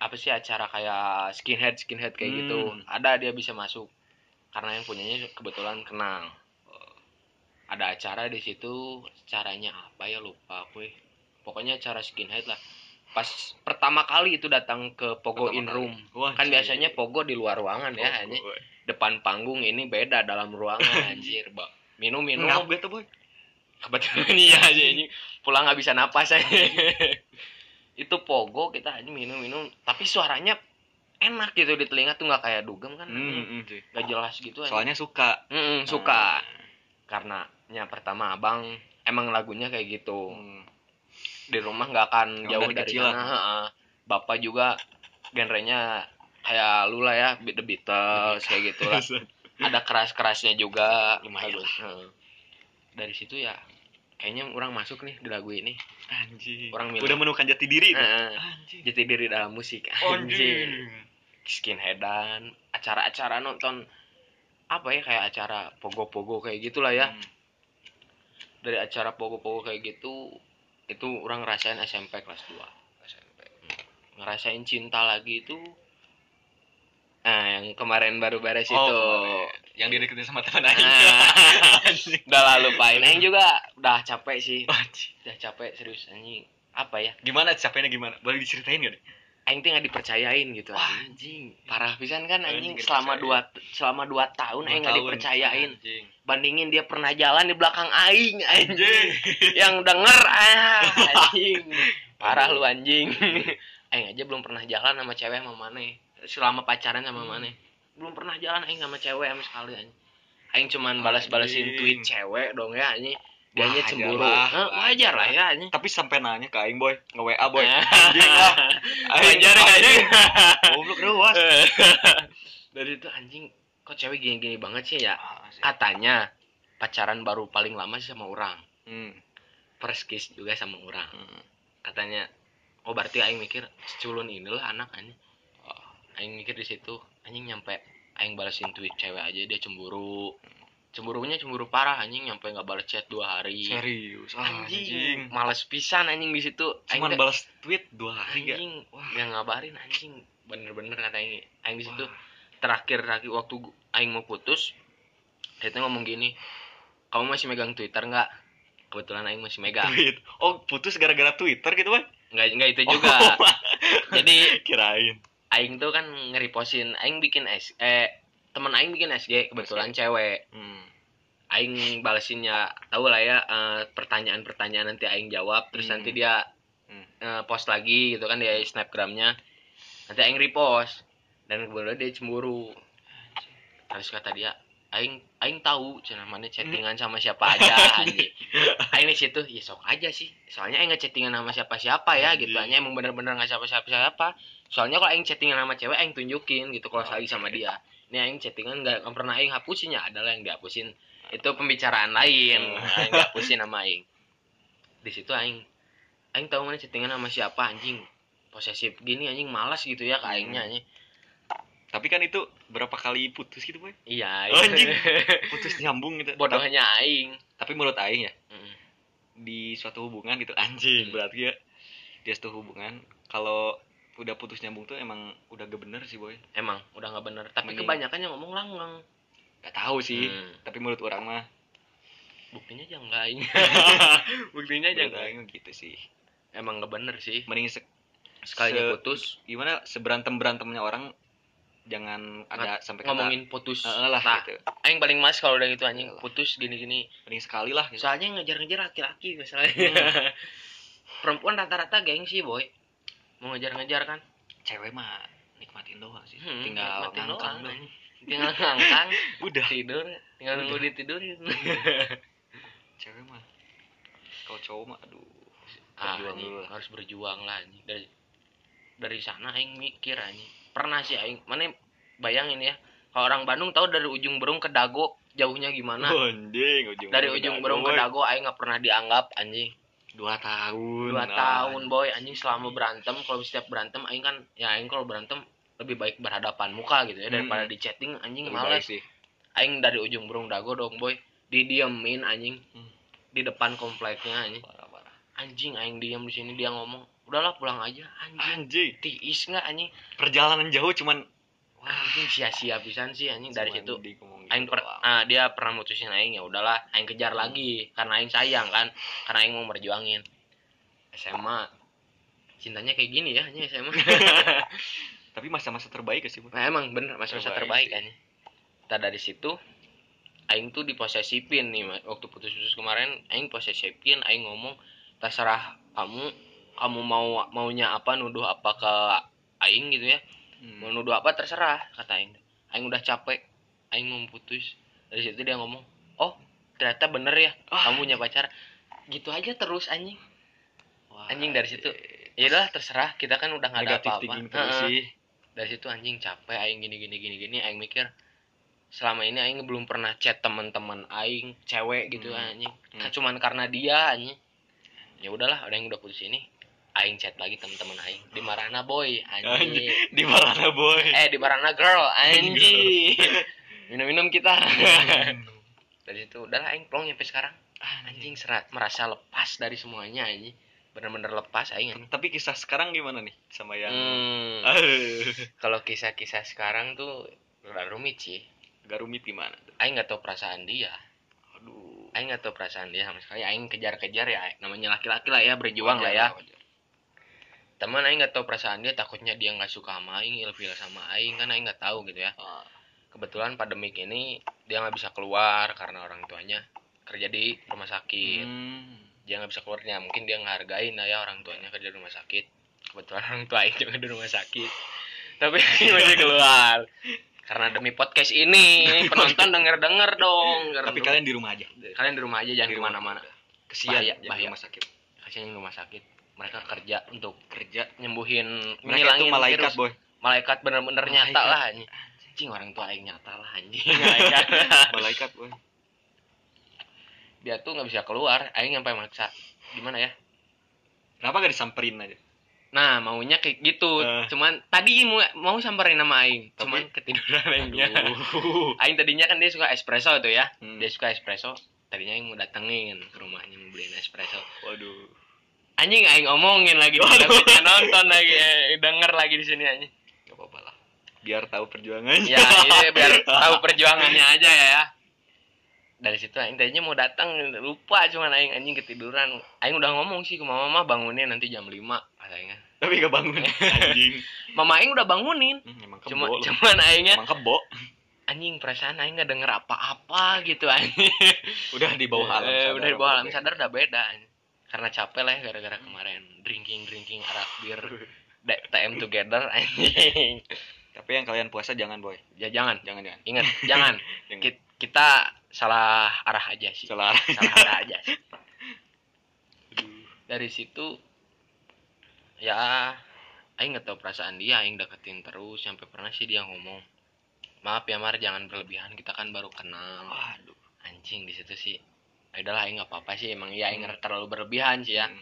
[SPEAKER 1] apa sih acara kayak skinhead skinhead kayak
[SPEAKER 2] Hmm.
[SPEAKER 1] gitu ada dia bisa masuk karena yang punyanya kebetulan kenal ada acara di situ caranya apa ya lupa aku eh. pokoknya acara skinhead lah pas pertama kali itu datang ke Pogo
[SPEAKER 2] Pertama
[SPEAKER 1] in
[SPEAKER 2] kali.
[SPEAKER 1] room
[SPEAKER 2] Wah,
[SPEAKER 1] kan
[SPEAKER 2] anjing.
[SPEAKER 1] biasanya Pogo di luar ruangan ya hanya
[SPEAKER 2] Boy.
[SPEAKER 1] depan panggung ini beda dalam ruangan anjir Ba. minum minum
[SPEAKER 2] Ngabet tuh boy.
[SPEAKER 1] kebetulan iya aja ini pulang nggak bisa napas aja itu pogo kita aja minum minum tapi suaranya enak gitu di telinga tuh nggak kayak dugem kan
[SPEAKER 2] Hmm,
[SPEAKER 1] nggak
[SPEAKER 2] hmm, cuy.
[SPEAKER 1] jelas gitu aja.
[SPEAKER 2] Soalnya Hmm. suka.
[SPEAKER 1] Mm-mm, suka karena karenanya pertama abang emang lagunya kayak gitu
[SPEAKER 2] Hmm.
[SPEAKER 1] di rumah nggak akan
[SPEAKER 2] Emang
[SPEAKER 1] jauh
[SPEAKER 2] dari
[SPEAKER 1] dari
[SPEAKER 2] kecil
[SPEAKER 1] sana heeh. bapak juga genrenya kayak lu lah ya The Beatles kayak gitu lah ada keras kerasnya juga
[SPEAKER 2] Lumayan lah.
[SPEAKER 1] Heeh. dari situ ya kayaknya orang masuk nih di lagu ini
[SPEAKER 2] Anjing.
[SPEAKER 1] Orang milih.
[SPEAKER 2] Udah menemukan jati diri. itu.
[SPEAKER 1] Heeh.
[SPEAKER 2] Anjing.
[SPEAKER 1] jati diri dalam musik anjing
[SPEAKER 2] Anjing.
[SPEAKER 1] skinheadan acara-acara nonton apa ya kayak acara pogo-pogo kayak gitulah ya
[SPEAKER 2] Hmm.
[SPEAKER 1] dari acara pogo-pogo kayak gitu itu orang ngerasain SMP kelas 2
[SPEAKER 2] SMP
[SPEAKER 1] ngerasain cinta lagi itu nah yang kemarin baru beres itu
[SPEAKER 2] kemarin. Oh, yang dideketin sama teman aing
[SPEAKER 1] Nah,
[SPEAKER 2] Anjing.
[SPEAKER 1] udah lah lupain Aing juga udah capek sih
[SPEAKER 2] Anjing.
[SPEAKER 1] udah capek serius anjing apa ya
[SPEAKER 2] gimana capeknya gimana boleh diceritain gak deh
[SPEAKER 1] Aing tuh nggak dipercayain gitu
[SPEAKER 2] Wah,
[SPEAKER 1] anjing parah pisan kan
[SPEAKER 2] Aing
[SPEAKER 1] anjing
[SPEAKER 2] nggak
[SPEAKER 1] selama
[SPEAKER 2] dipercaya.
[SPEAKER 1] dua selama dua tahun Aing nggak dipercayain
[SPEAKER 2] anjing
[SPEAKER 1] bandingin dia pernah jalan di belakang Aing anjing
[SPEAKER 2] anjing
[SPEAKER 1] yang denger ah anjing parah lu anjing Aing aja belum pernah jalan sama cewek sama maneh selama pacaran sama
[SPEAKER 2] Hmm.
[SPEAKER 1] maneh belum pernah jalan Aing sama cewek sama sekali anjing Aing cuman balas-balasin
[SPEAKER 2] Anjing.
[SPEAKER 1] tweet cewek dong ya anjing dianya
[SPEAKER 2] Wajar
[SPEAKER 1] cemburu
[SPEAKER 2] lah,
[SPEAKER 1] Hah, wajar
[SPEAKER 2] wajar
[SPEAKER 1] lah ya anjing
[SPEAKER 2] tapi sampai nanya ke aing boy nge WA boy anjing lah Eh.
[SPEAKER 1] wajar ya Eh. anjing
[SPEAKER 2] goblok ruas
[SPEAKER 1] dari itu anjing kok cewek gini-gini banget sih ya katanya pacaran baru paling lama sih sama orang
[SPEAKER 2] hmm.
[SPEAKER 1] first kiss juga sama orang katanya oh berarti aing mikir seculun inilah anak anjing Oh, aing mikir di situ anjing nyampe aing balesin tweet cewek aja dia cemburu cemburunya cemburu parah anjing nyampe nggak balas chat dua hari
[SPEAKER 2] serius ah,
[SPEAKER 1] anjing,
[SPEAKER 2] anjing
[SPEAKER 1] males pisan anjing di situ
[SPEAKER 2] cuman
[SPEAKER 1] teh-
[SPEAKER 2] balas tweet dua hari gak
[SPEAKER 1] anjing wah yang ngabarin anjing bener-bener kata aing aing di situ
[SPEAKER 2] Wah.
[SPEAKER 1] terakhir terakhir waktu gu- aing mau putus dia tuh ngomong gini kamu masih megang twitter nggak kebetulan aing masih megang
[SPEAKER 2] tweet oh putus gara-gara twitter gitu boy
[SPEAKER 1] nggak nggak itu Iya juga
[SPEAKER 2] Oh,
[SPEAKER 1] jadi
[SPEAKER 2] kirain
[SPEAKER 1] aing tuh kan ngeriposin aing bikin S eh temen aing bikin SG kebetulan cewek
[SPEAKER 2] hmm.
[SPEAKER 1] aing balesinnya tahu lah ya eh, pertanyaan-pertanyaan nanti aing jawab terus
[SPEAKER 2] Hmm.
[SPEAKER 1] nanti dia
[SPEAKER 2] Hmm.
[SPEAKER 1] eh, post lagi gitu kan di snapgramnya nanti aing repost dan kemudian dia cemburu terus kata dia aing aing tahu cenah mana chattingan sama siapa
[SPEAKER 2] Iya.
[SPEAKER 1] aja anjing aing di situ ya sok aja sih soalnya aing nggak chattingan sama siapa siapa ya gitu
[SPEAKER 2] Anjing.
[SPEAKER 1] hanya emang bener-bener nggak siapa siapa siapa soalnya kalau aing chattingan sama cewek aing tunjukin gitu kalau
[SPEAKER 2] Oh,
[SPEAKER 1] lagi sama
[SPEAKER 2] iya.
[SPEAKER 1] dia ini aing chattingan nggak nggak pernah aing hapusin ya adalah yang dihapusin itu pembicaraan lain aing dihapusin sama aing di situ aing aing tahu mana chattingan sama siapa anjing posesif gini anjing malas gitu ya ke
[SPEAKER 2] Hmm.
[SPEAKER 1] aingnya anjing
[SPEAKER 2] tapi kan itu berapa kali putus gitu boy
[SPEAKER 1] iya
[SPEAKER 2] Oh,
[SPEAKER 1] anjing.
[SPEAKER 2] anjing. putus nyambung gitu Ta-
[SPEAKER 1] bodohnya aing
[SPEAKER 2] tapi menurut aing ya
[SPEAKER 1] Mm.
[SPEAKER 2] di suatu hubungan gitu anjing
[SPEAKER 1] Hmm.
[SPEAKER 2] berarti ya di suatu hubungan kalau udah putus nyambung tuh emang udah gak bener sih boy
[SPEAKER 1] emang udah nggak bener tapi
[SPEAKER 2] Mending.
[SPEAKER 1] kebanyakan yang ngomong langgeng
[SPEAKER 2] gak tahu sih
[SPEAKER 1] Hmm.
[SPEAKER 2] tapi menurut orang mah
[SPEAKER 1] buktinya jangan aing buktinya Ya,
[SPEAKER 2] menurut
[SPEAKER 1] jangan
[SPEAKER 2] aing mah gitu sih
[SPEAKER 1] emang nggak bener sih
[SPEAKER 2] mending se-
[SPEAKER 1] sekalinya
[SPEAKER 2] Se-
[SPEAKER 1] putus
[SPEAKER 2] gimana seberantem berantemnya orang jangan ada sampai kata
[SPEAKER 1] ngomongin putus
[SPEAKER 2] "Eh, eh" lah
[SPEAKER 1] Nah,
[SPEAKER 2] gitu
[SPEAKER 1] aing paling mas kalau udah gitu anjing
[SPEAKER 2] Iyalah.
[SPEAKER 1] putus gini-gini
[SPEAKER 2] mending sekali lah gitu.
[SPEAKER 1] soalnya yang ngejar-ngejar laki-laki misalnya
[SPEAKER 2] Hmm.
[SPEAKER 1] perempuan rata-rata gengsi boy mau ngejar-ngejar kan
[SPEAKER 2] cewek mah nikmatin doang sih
[SPEAKER 1] Hmm,
[SPEAKER 2] tinggal
[SPEAKER 1] nikmatin
[SPEAKER 2] ngangkang
[SPEAKER 1] doang,
[SPEAKER 2] doang.
[SPEAKER 1] tinggal ngangkang
[SPEAKER 2] udah
[SPEAKER 1] tidur tinggal nunggu
[SPEAKER 2] Udah.
[SPEAKER 1] ditidurin
[SPEAKER 2] cewek mah kalau cowok mah aduh
[SPEAKER 1] ah,
[SPEAKER 2] Berjuang
[SPEAKER 1] anjing,
[SPEAKER 2] dulu lah.
[SPEAKER 1] harus berjuang lah anjing. dari dari sana aing mikir anjing pernah sih aing mana bayangin ya kalau orang Bandung tahu dari ujung berung ke Dago jauhnya gimana
[SPEAKER 2] anjing ujung
[SPEAKER 1] dari ujung berung ke Dago aing nggak pernah dianggap anjing
[SPEAKER 2] dua tahun
[SPEAKER 1] dua
[SPEAKER 2] ah.
[SPEAKER 1] tahun boy anjing selama berantem kalau setiap berantem aing kan ya aing kalau berantem lebih baik berhadapan muka gitu ya daripada
[SPEAKER 2] Mm.
[SPEAKER 1] di chatting anjing
[SPEAKER 2] Lebih
[SPEAKER 1] males
[SPEAKER 2] baik sih
[SPEAKER 1] aing dari ujung burung dago dong boy didiemin anjing
[SPEAKER 2] Hmm.
[SPEAKER 1] di depan kompleknya anjing
[SPEAKER 2] parah parah
[SPEAKER 1] anjing aing diam di sini dia ngomong udahlah pulang aja anjing
[SPEAKER 2] anjing
[SPEAKER 1] tiis nggak anjing
[SPEAKER 2] perjalanan jauh cuman
[SPEAKER 1] Wah, anjing sia-sia pisan sih anjing dari
[SPEAKER 2] cuman
[SPEAKER 1] situ
[SPEAKER 2] di ngomong gitu
[SPEAKER 1] aing per-
[SPEAKER 2] doang.
[SPEAKER 1] ah, dia pernah mutusin aing ya udahlah aing kejar lagi karena aing sayang kan karena aing mau merjuangin SMA cintanya kayak gini ya anjing SMA
[SPEAKER 2] tapi masa-masa terbaik sih Boy?
[SPEAKER 1] nah, emang bener masa masa terbaik
[SPEAKER 2] Terbaik
[SPEAKER 1] anjing kita dari situ aing tuh diposesifin nih Mas. waktu putus-putus kemarin aing posesifin aing ngomong terserah kamu kamu mau maunya apa nuduh apa ke aing gitu ya mau
[SPEAKER 2] Hmm.
[SPEAKER 1] nuduh apa terserah kata Aing Aing udah capek Aing mau putus dari situ dia ngomong oh ternyata bener ya
[SPEAKER 2] Ah,
[SPEAKER 1] kamu punya pacar gitu aja terus anjing
[SPEAKER 2] wah,
[SPEAKER 1] anjing dari situ.
[SPEAKER 2] eh,
[SPEAKER 1] ya udahlah, terserah kita kan udah nggak ada
[SPEAKER 2] negatif
[SPEAKER 1] apa-apa
[SPEAKER 2] thinking terus
[SPEAKER 1] Heeh.
[SPEAKER 2] sih
[SPEAKER 1] dari situ anjing capek Aing gini gini gini gini Aing mikir selama ini Aing belum pernah chat teman-teman Aing cewek gitu
[SPEAKER 2] Hmm.
[SPEAKER 1] anjing
[SPEAKER 2] Hmm.
[SPEAKER 1] cuman karena dia anjing ya udahlah ada yang udah putus ini Aing chat lagi teman-teman Aing dimarahna boy anjing
[SPEAKER 2] Anjing. di mana boy
[SPEAKER 1] eh di Barana Girl Eh. anjing minum-minum kita dari situ udah lah aing plong sampai sekarang anjing sera- merasa lepas dari semuanya anjing bener-bener lepas aing anjing.
[SPEAKER 2] Tapi kisah sekarang gimana nih sama yang
[SPEAKER 1] Hmm,
[SPEAKER 2] Aduh.
[SPEAKER 1] kalau kisah-kisah sekarang tuh rada rumit sih
[SPEAKER 2] Garumit gimana tuh?
[SPEAKER 1] aing nggak tahu perasaan dia
[SPEAKER 2] Aduh.
[SPEAKER 1] aing nggak tahu perasaan dia sama sekali aing kejar-kejar ya Aing- namanya laki-laki lah ya berjuang lah ya
[SPEAKER 2] Wajar.
[SPEAKER 1] teman aing nggak tahu perasaan dia takutnya dia nggak suka sama aing ilfil sama aing kan aing nggak tahu gitu ya
[SPEAKER 2] Ah,
[SPEAKER 1] kebetulan pandemik ini dia nggak bisa keluar karena orang tuanya kerja di rumah sakit
[SPEAKER 2] hmm.
[SPEAKER 1] dia nggak bisa keluarnya mungkin dia ngehargain lah ya orang tuanya kerja di rumah sakit kebetulan orang tua Aing juga di rumah sakit tapi Aing masih keluar karena demi podcast ini penonton denger denger dong Karena
[SPEAKER 2] Tapi
[SPEAKER 1] di
[SPEAKER 2] kalian di rumah aja.
[SPEAKER 1] rumah- kalian di rumah aja jangan
[SPEAKER 2] Di rumah.
[SPEAKER 1] kemana-mana
[SPEAKER 2] Kesian
[SPEAKER 1] Bahaya,
[SPEAKER 2] jangan
[SPEAKER 1] bahaya.
[SPEAKER 2] rumah sakit.
[SPEAKER 1] kasihan yang di rumah sakit mereka kerja untuk
[SPEAKER 2] Kerja.
[SPEAKER 1] nyembuhin
[SPEAKER 2] Mereka itu
[SPEAKER 1] menghilangin
[SPEAKER 2] malaikat,
[SPEAKER 1] virus.
[SPEAKER 2] boy.
[SPEAKER 1] malaikat bener-bener nyata
[SPEAKER 2] Malaikat.
[SPEAKER 1] lah anjing Anjing, orang tua Aing nyata lah anjing
[SPEAKER 2] Malaikat. Malaikat, boy.
[SPEAKER 1] dia tuh nggak bisa keluar Aing sampai maksa gimana ya
[SPEAKER 2] Kenapa gak disamperin aja?
[SPEAKER 1] Nah, maunya kayak gitu.
[SPEAKER 2] Eh.
[SPEAKER 1] Cuman tadi mau, mau samperin nama aing,
[SPEAKER 2] Tapi-
[SPEAKER 1] cuman ketiduran aingnya.
[SPEAKER 2] Aduh.
[SPEAKER 1] Aing tadinya kan dia suka espresso tuh ya.
[SPEAKER 2] Hmm.
[SPEAKER 1] Dia suka espresso. Tadinya aing mau datengin ke rumahnya mau beliin espresso.
[SPEAKER 2] Waduh.
[SPEAKER 1] Anjing aing omongin lagi di
[SPEAKER 2] Waduh.
[SPEAKER 1] Davidnya nonton lagi, eh, denger lagi di sini anjing.
[SPEAKER 2] Gak apa-apa lah. Biar tahu perjuangannya.
[SPEAKER 1] Ya, ini biar tahu perjuangannya aja ya. Dari situ aing tadinya mau datang lupa cuman aing anjing ketiduran. Aing udah ngomong sih ke mama mah bangunin nanti jam 5 kata aing.
[SPEAKER 2] Tapi gak bangun. Anjing.
[SPEAKER 1] Mama aing udah bangunin.
[SPEAKER 2] Hmm, emang kebo.
[SPEAKER 1] Cuma
[SPEAKER 2] lu.
[SPEAKER 1] cuman aingnya
[SPEAKER 2] Emang kebo.
[SPEAKER 1] anjing perasaan aing nggak denger apa-apa gitu anjing
[SPEAKER 2] Udah di bawah
[SPEAKER 1] Eh,
[SPEAKER 2] alam. sadar,
[SPEAKER 1] udah di bawah
[SPEAKER 2] apa
[SPEAKER 1] alam
[SPEAKER 2] kayak-
[SPEAKER 1] sadar udah beda anjing. karena capek lah ya gara-gara kemarin drinking drinking arak bir D- TM together anjing
[SPEAKER 2] Tapi yang kalian puasa jangan, boy.
[SPEAKER 1] ya jangan
[SPEAKER 2] Jangan jangan.
[SPEAKER 1] ingat jangan
[SPEAKER 2] Jangan.
[SPEAKER 1] Ki- kita salah arah aja sih
[SPEAKER 2] Salah.
[SPEAKER 1] salah arah aja sih. dari situ ya aing nggak tahu perasaan dia aing deketin terus sampai pernah sih dia ngomong maaf ya Mar jangan berlebihan kita kan baru kenal
[SPEAKER 2] Waduh.
[SPEAKER 1] anjing di situ sih "Ah, udahlah aing nggak apa-apa sih emang ya aing terlalu berlebihan sih ya
[SPEAKER 2] Hmm.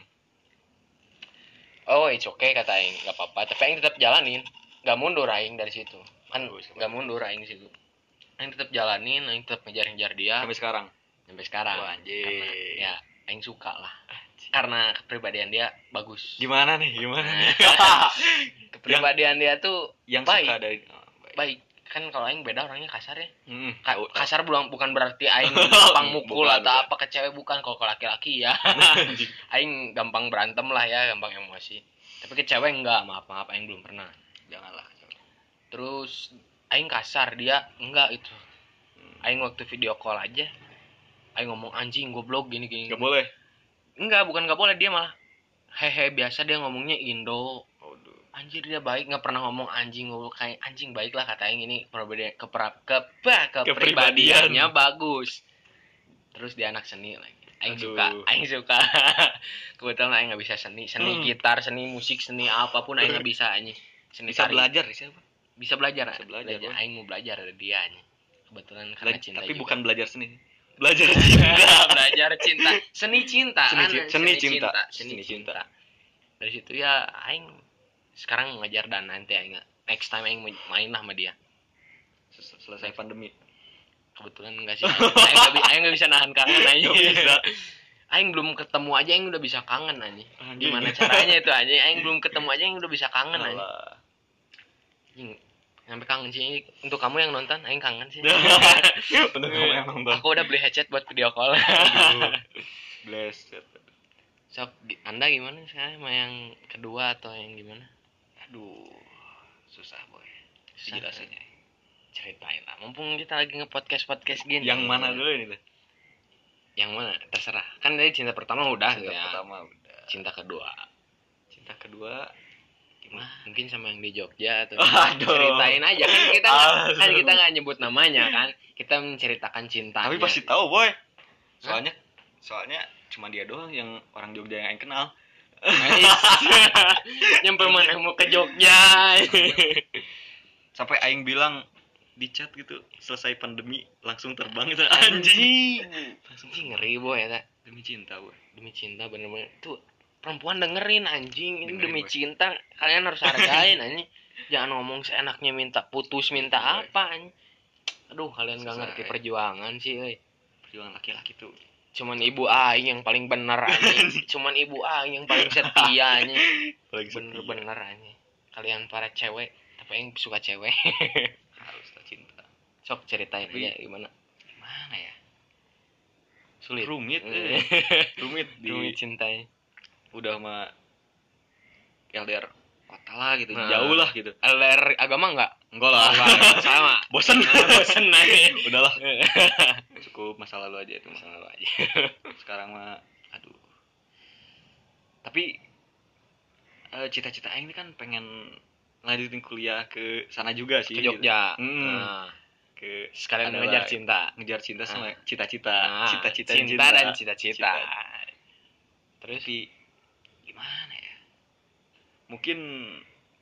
[SPEAKER 1] oh it's okay kata aing nggak apa-apa tapi aing tetap jalanin nggak mundur aing dari situ kan
[SPEAKER 2] Bagus, bagus.
[SPEAKER 1] nggak mundur aing di situ aing tetap jalanin aing tetap ngejar-ngejar dia
[SPEAKER 2] Sampai sekarang.
[SPEAKER 1] sampai sekarang
[SPEAKER 2] Wah, anjing.
[SPEAKER 1] Karena, ya aing suka lah karena kepribadian dia bagus
[SPEAKER 2] Gimana nih? Gimana?
[SPEAKER 1] Eh.
[SPEAKER 2] nih?
[SPEAKER 1] kepribadian dia tuh
[SPEAKER 2] yang
[SPEAKER 1] Baik.
[SPEAKER 2] suka dari oh, baik.
[SPEAKER 1] baik kan kalau aing beda orangnya kasar ya
[SPEAKER 2] Mm,
[SPEAKER 1] Ka-
[SPEAKER 2] tahu, tahu.
[SPEAKER 1] kasar bukan bukan berarti aing gampang mukul
[SPEAKER 2] Bukan,
[SPEAKER 1] atau
[SPEAKER 2] bukan.
[SPEAKER 1] apa ke cewek bukan kalau ke laki-laki ya
[SPEAKER 2] Anjing.
[SPEAKER 1] aing gampang berantem lah ya gampang emosi tapi ke cewek enggak maaf maaf aing belum pernah
[SPEAKER 2] janganlah
[SPEAKER 1] terus aing kasar dia enggak itu
[SPEAKER 2] Hmm.
[SPEAKER 1] aing waktu video call aja aing ngomong anjing goblok gini gini
[SPEAKER 2] nggak boleh
[SPEAKER 1] enggak bukan enggak boleh dia malah hehe biasa dia ngomongnya indo
[SPEAKER 2] Waduh.
[SPEAKER 1] anjir dia baik nggak pernah ngomong anjing goblok kayak anjing baik lah kata aing ini perbedaan kepra, kepa- kepribadiannya
[SPEAKER 2] Kepribadian.
[SPEAKER 1] bagus terus dia anak seni lagi aing
[SPEAKER 2] Aduh.
[SPEAKER 1] suka aing suka kebetulan aing nggak bisa seni seni
[SPEAKER 2] Hmm.
[SPEAKER 1] gitar seni musik seni apapun aing nggak bisa anjing seni
[SPEAKER 2] bisa
[SPEAKER 1] tari.
[SPEAKER 2] belajar nih siapa
[SPEAKER 1] bisa belajar
[SPEAKER 2] Bisa belajar, Bang.
[SPEAKER 1] aing mau belajar dari dia anjing kebetulan karena
[SPEAKER 2] Bela-
[SPEAKER 1] cinta
[SPEAKER 2] tapi
[SPEAKER 1] juga.
[SPEAKER 2] bukan belajar seni belajar cinta
[SPEAKER 1] belajar cinta seni cinta
[SPEAKER 2] Seni
[SPEAKER 1] kan?
[SPEAKER 2] cin- seni cinta.
[SPEAKER 1] seni,
[SPEAKER 2] Seni
[SPEAKER 1] cinta. dari situ ya aing sekarang ngajar dan nanti aing next time aing main lah sama dia
[SPEAKER 2] Sel- selesai pandemi
[SPEAKER 1] kebetulan enggak sih aing aing nggak bi- aing nggak bisa nahan kangen aing
[SPEAKER 2] Nggak bisa.
[SPEAKER 1] aing belum ketemu aja aing udah bisa kangen anjing
[SPEAKER 2] Anjing.
[SPEAKER 1] gimana caranya ya? itu aja aing belum ketemu aja aing udah bisa kangen anjing
[SPEAKER 2] Alah.
[SPEAKER 1] Anjing, sampai kangen sih untuk kamu yang nonton aing kangen sih
[SPEAKER 2] untuk kamu yang nonton
[SPEAKER 1] aku udah beli headset buat video call
[SPEAKER 2] Aduh. blessed
[SPEAKER 1] Sok, gi- Anda gimana sekarang sama yang kedua atau yang gimana?
[SPEAKER 2] aduh susah boy
[SPEAKER 1] Susah.
[SPEAKER 2] Dijelasinnya.
[SPEAKER 1] Ceritain lah. Mumpung kita lagi nge-podcast podcast gini.
[SPEAKER 2] yang mana dulu ini tuh
[SPEAKER 1] Yang mana? Terserah. Kan dari cinta pertama udah
[SPEAKER 2] cinta
[SPEAKER 1] ya.
[SPEAKER 2] pertama udah
[SPEAKER 1] Cinta kedua.
[SPEAKER 2] cinta kedua
[SPEAKER 1] Nah, mungkin sama yang di Jogja atau
[SPEAKER 2] Aduh.
[SPEAKER 1] ceritain aja kan kita nggak- kan
[SPEAKER 2] Aduh.
[SPEAKER 1] kita nggak nyebut namanya kan. Kita menceritakan cintanya.
[SPEAKER 2] tapi pasti tahu boy soalnya soalnya cuma dia doang yang orang Jogja yang Aing kenal
[SPEAKER 1] nyampe mana mau ke Jogja.
[SPEAKER 2] sampai Aing bilang di chat gitu selesai pandemi langsung terbang itu anjing langsung
[SPEAKER 1] Anjing ngeri boy ya. Ta.
[SPEAKER 2] demi cinta gue
[SPEAKER 1] demi cinta bener-bener tuh perempuan dengerin anjing ini
[SPEAKER 2] Dengerin,
[SPEAKER 1] demi
[SPEAKER 2] Boy.
[SPEAKER 1] cinta kalian harus hargain anjing jangan ngomong seenaknya minta putus minta
[SPEAKER 2] Boy.
[SPEAKER 1] apa anjing aduh kalian gak
[SPEAKER 2] Susah,
[SPEAKER 1] ngerti
[SPEAKER 2] ya.
[SPEAKER 1] perjuangan sih euy.
[SPEAKER 2] perjuangan laki-laki tuh
[SPEAKER 1] cuman ibu aing yang paling bener anjing cuman ibu aing yang paling setia anjing
[SPEAKER 2] Paling setia.
[SPEAKER 1] bener-bener anjing kalian para cewek tapi yang suka cewek
[SPEAKER 2] harus tak cinta.
[SPEAKER 1] sok ceritain
[SPEAKER 2] Iya.
[SPEAKER 1] aja gimana
[SPEAKER 2] Gimana ya?
[SPEAKER 1] sulit
[SPEAKER 2] Rumit,
[SPEAKER 1] Eh,
[SPEAKER 2] eh. rumit di
[SPEAKER 1] rumit cintanya
[SPEAKER 2] udah sama LDR kota lah gitu,
[SPEAKER 1] Nah.
[SPEAKER 2] jauh lah gitu.
[SPEAKER 1] LDR agama enggak
[SPEAKER 2] Enggak lah. Nah,
[SPEAKER 1] sama
[SPEAKER 2] Bosen.
[SPEAKER 1] bosen aja
[SPEAKER 2] Udahlah. Cukup masa lalu aja itu masa lalu aja. Sekarang mah aduh. Tapi eh, cita-cita aing ini kan pengen lanjutin kuliah ke sana juga sih.
[SPEAKER 1] ke
[SPEAKER 2] gitu.
[SPEAKER 1] Jogja
[SPEAKER 2] Hmm.
[SPEAKER 1] Nah,
[SPEAKER 2] Ke
[SPEAKER 1] sekalian
[SPEAKER 2] Adalah-
[SPEAKER 1] mengejar cinta
[SPEAKER 2] ngejar cinta
[SPEAKER 1] Ah.
[SPEAKER 2] sama cita-cita,
[SPEAKER 1] Nah,
[SPEAKER 2] cita-cita
[SPEAKER 1] cinta, dan cita-cita
[SPEAKER 2] Cita.
[SPEAKER 1] terus
[SPEAKER 2] Tapi gimana ya? Mungkin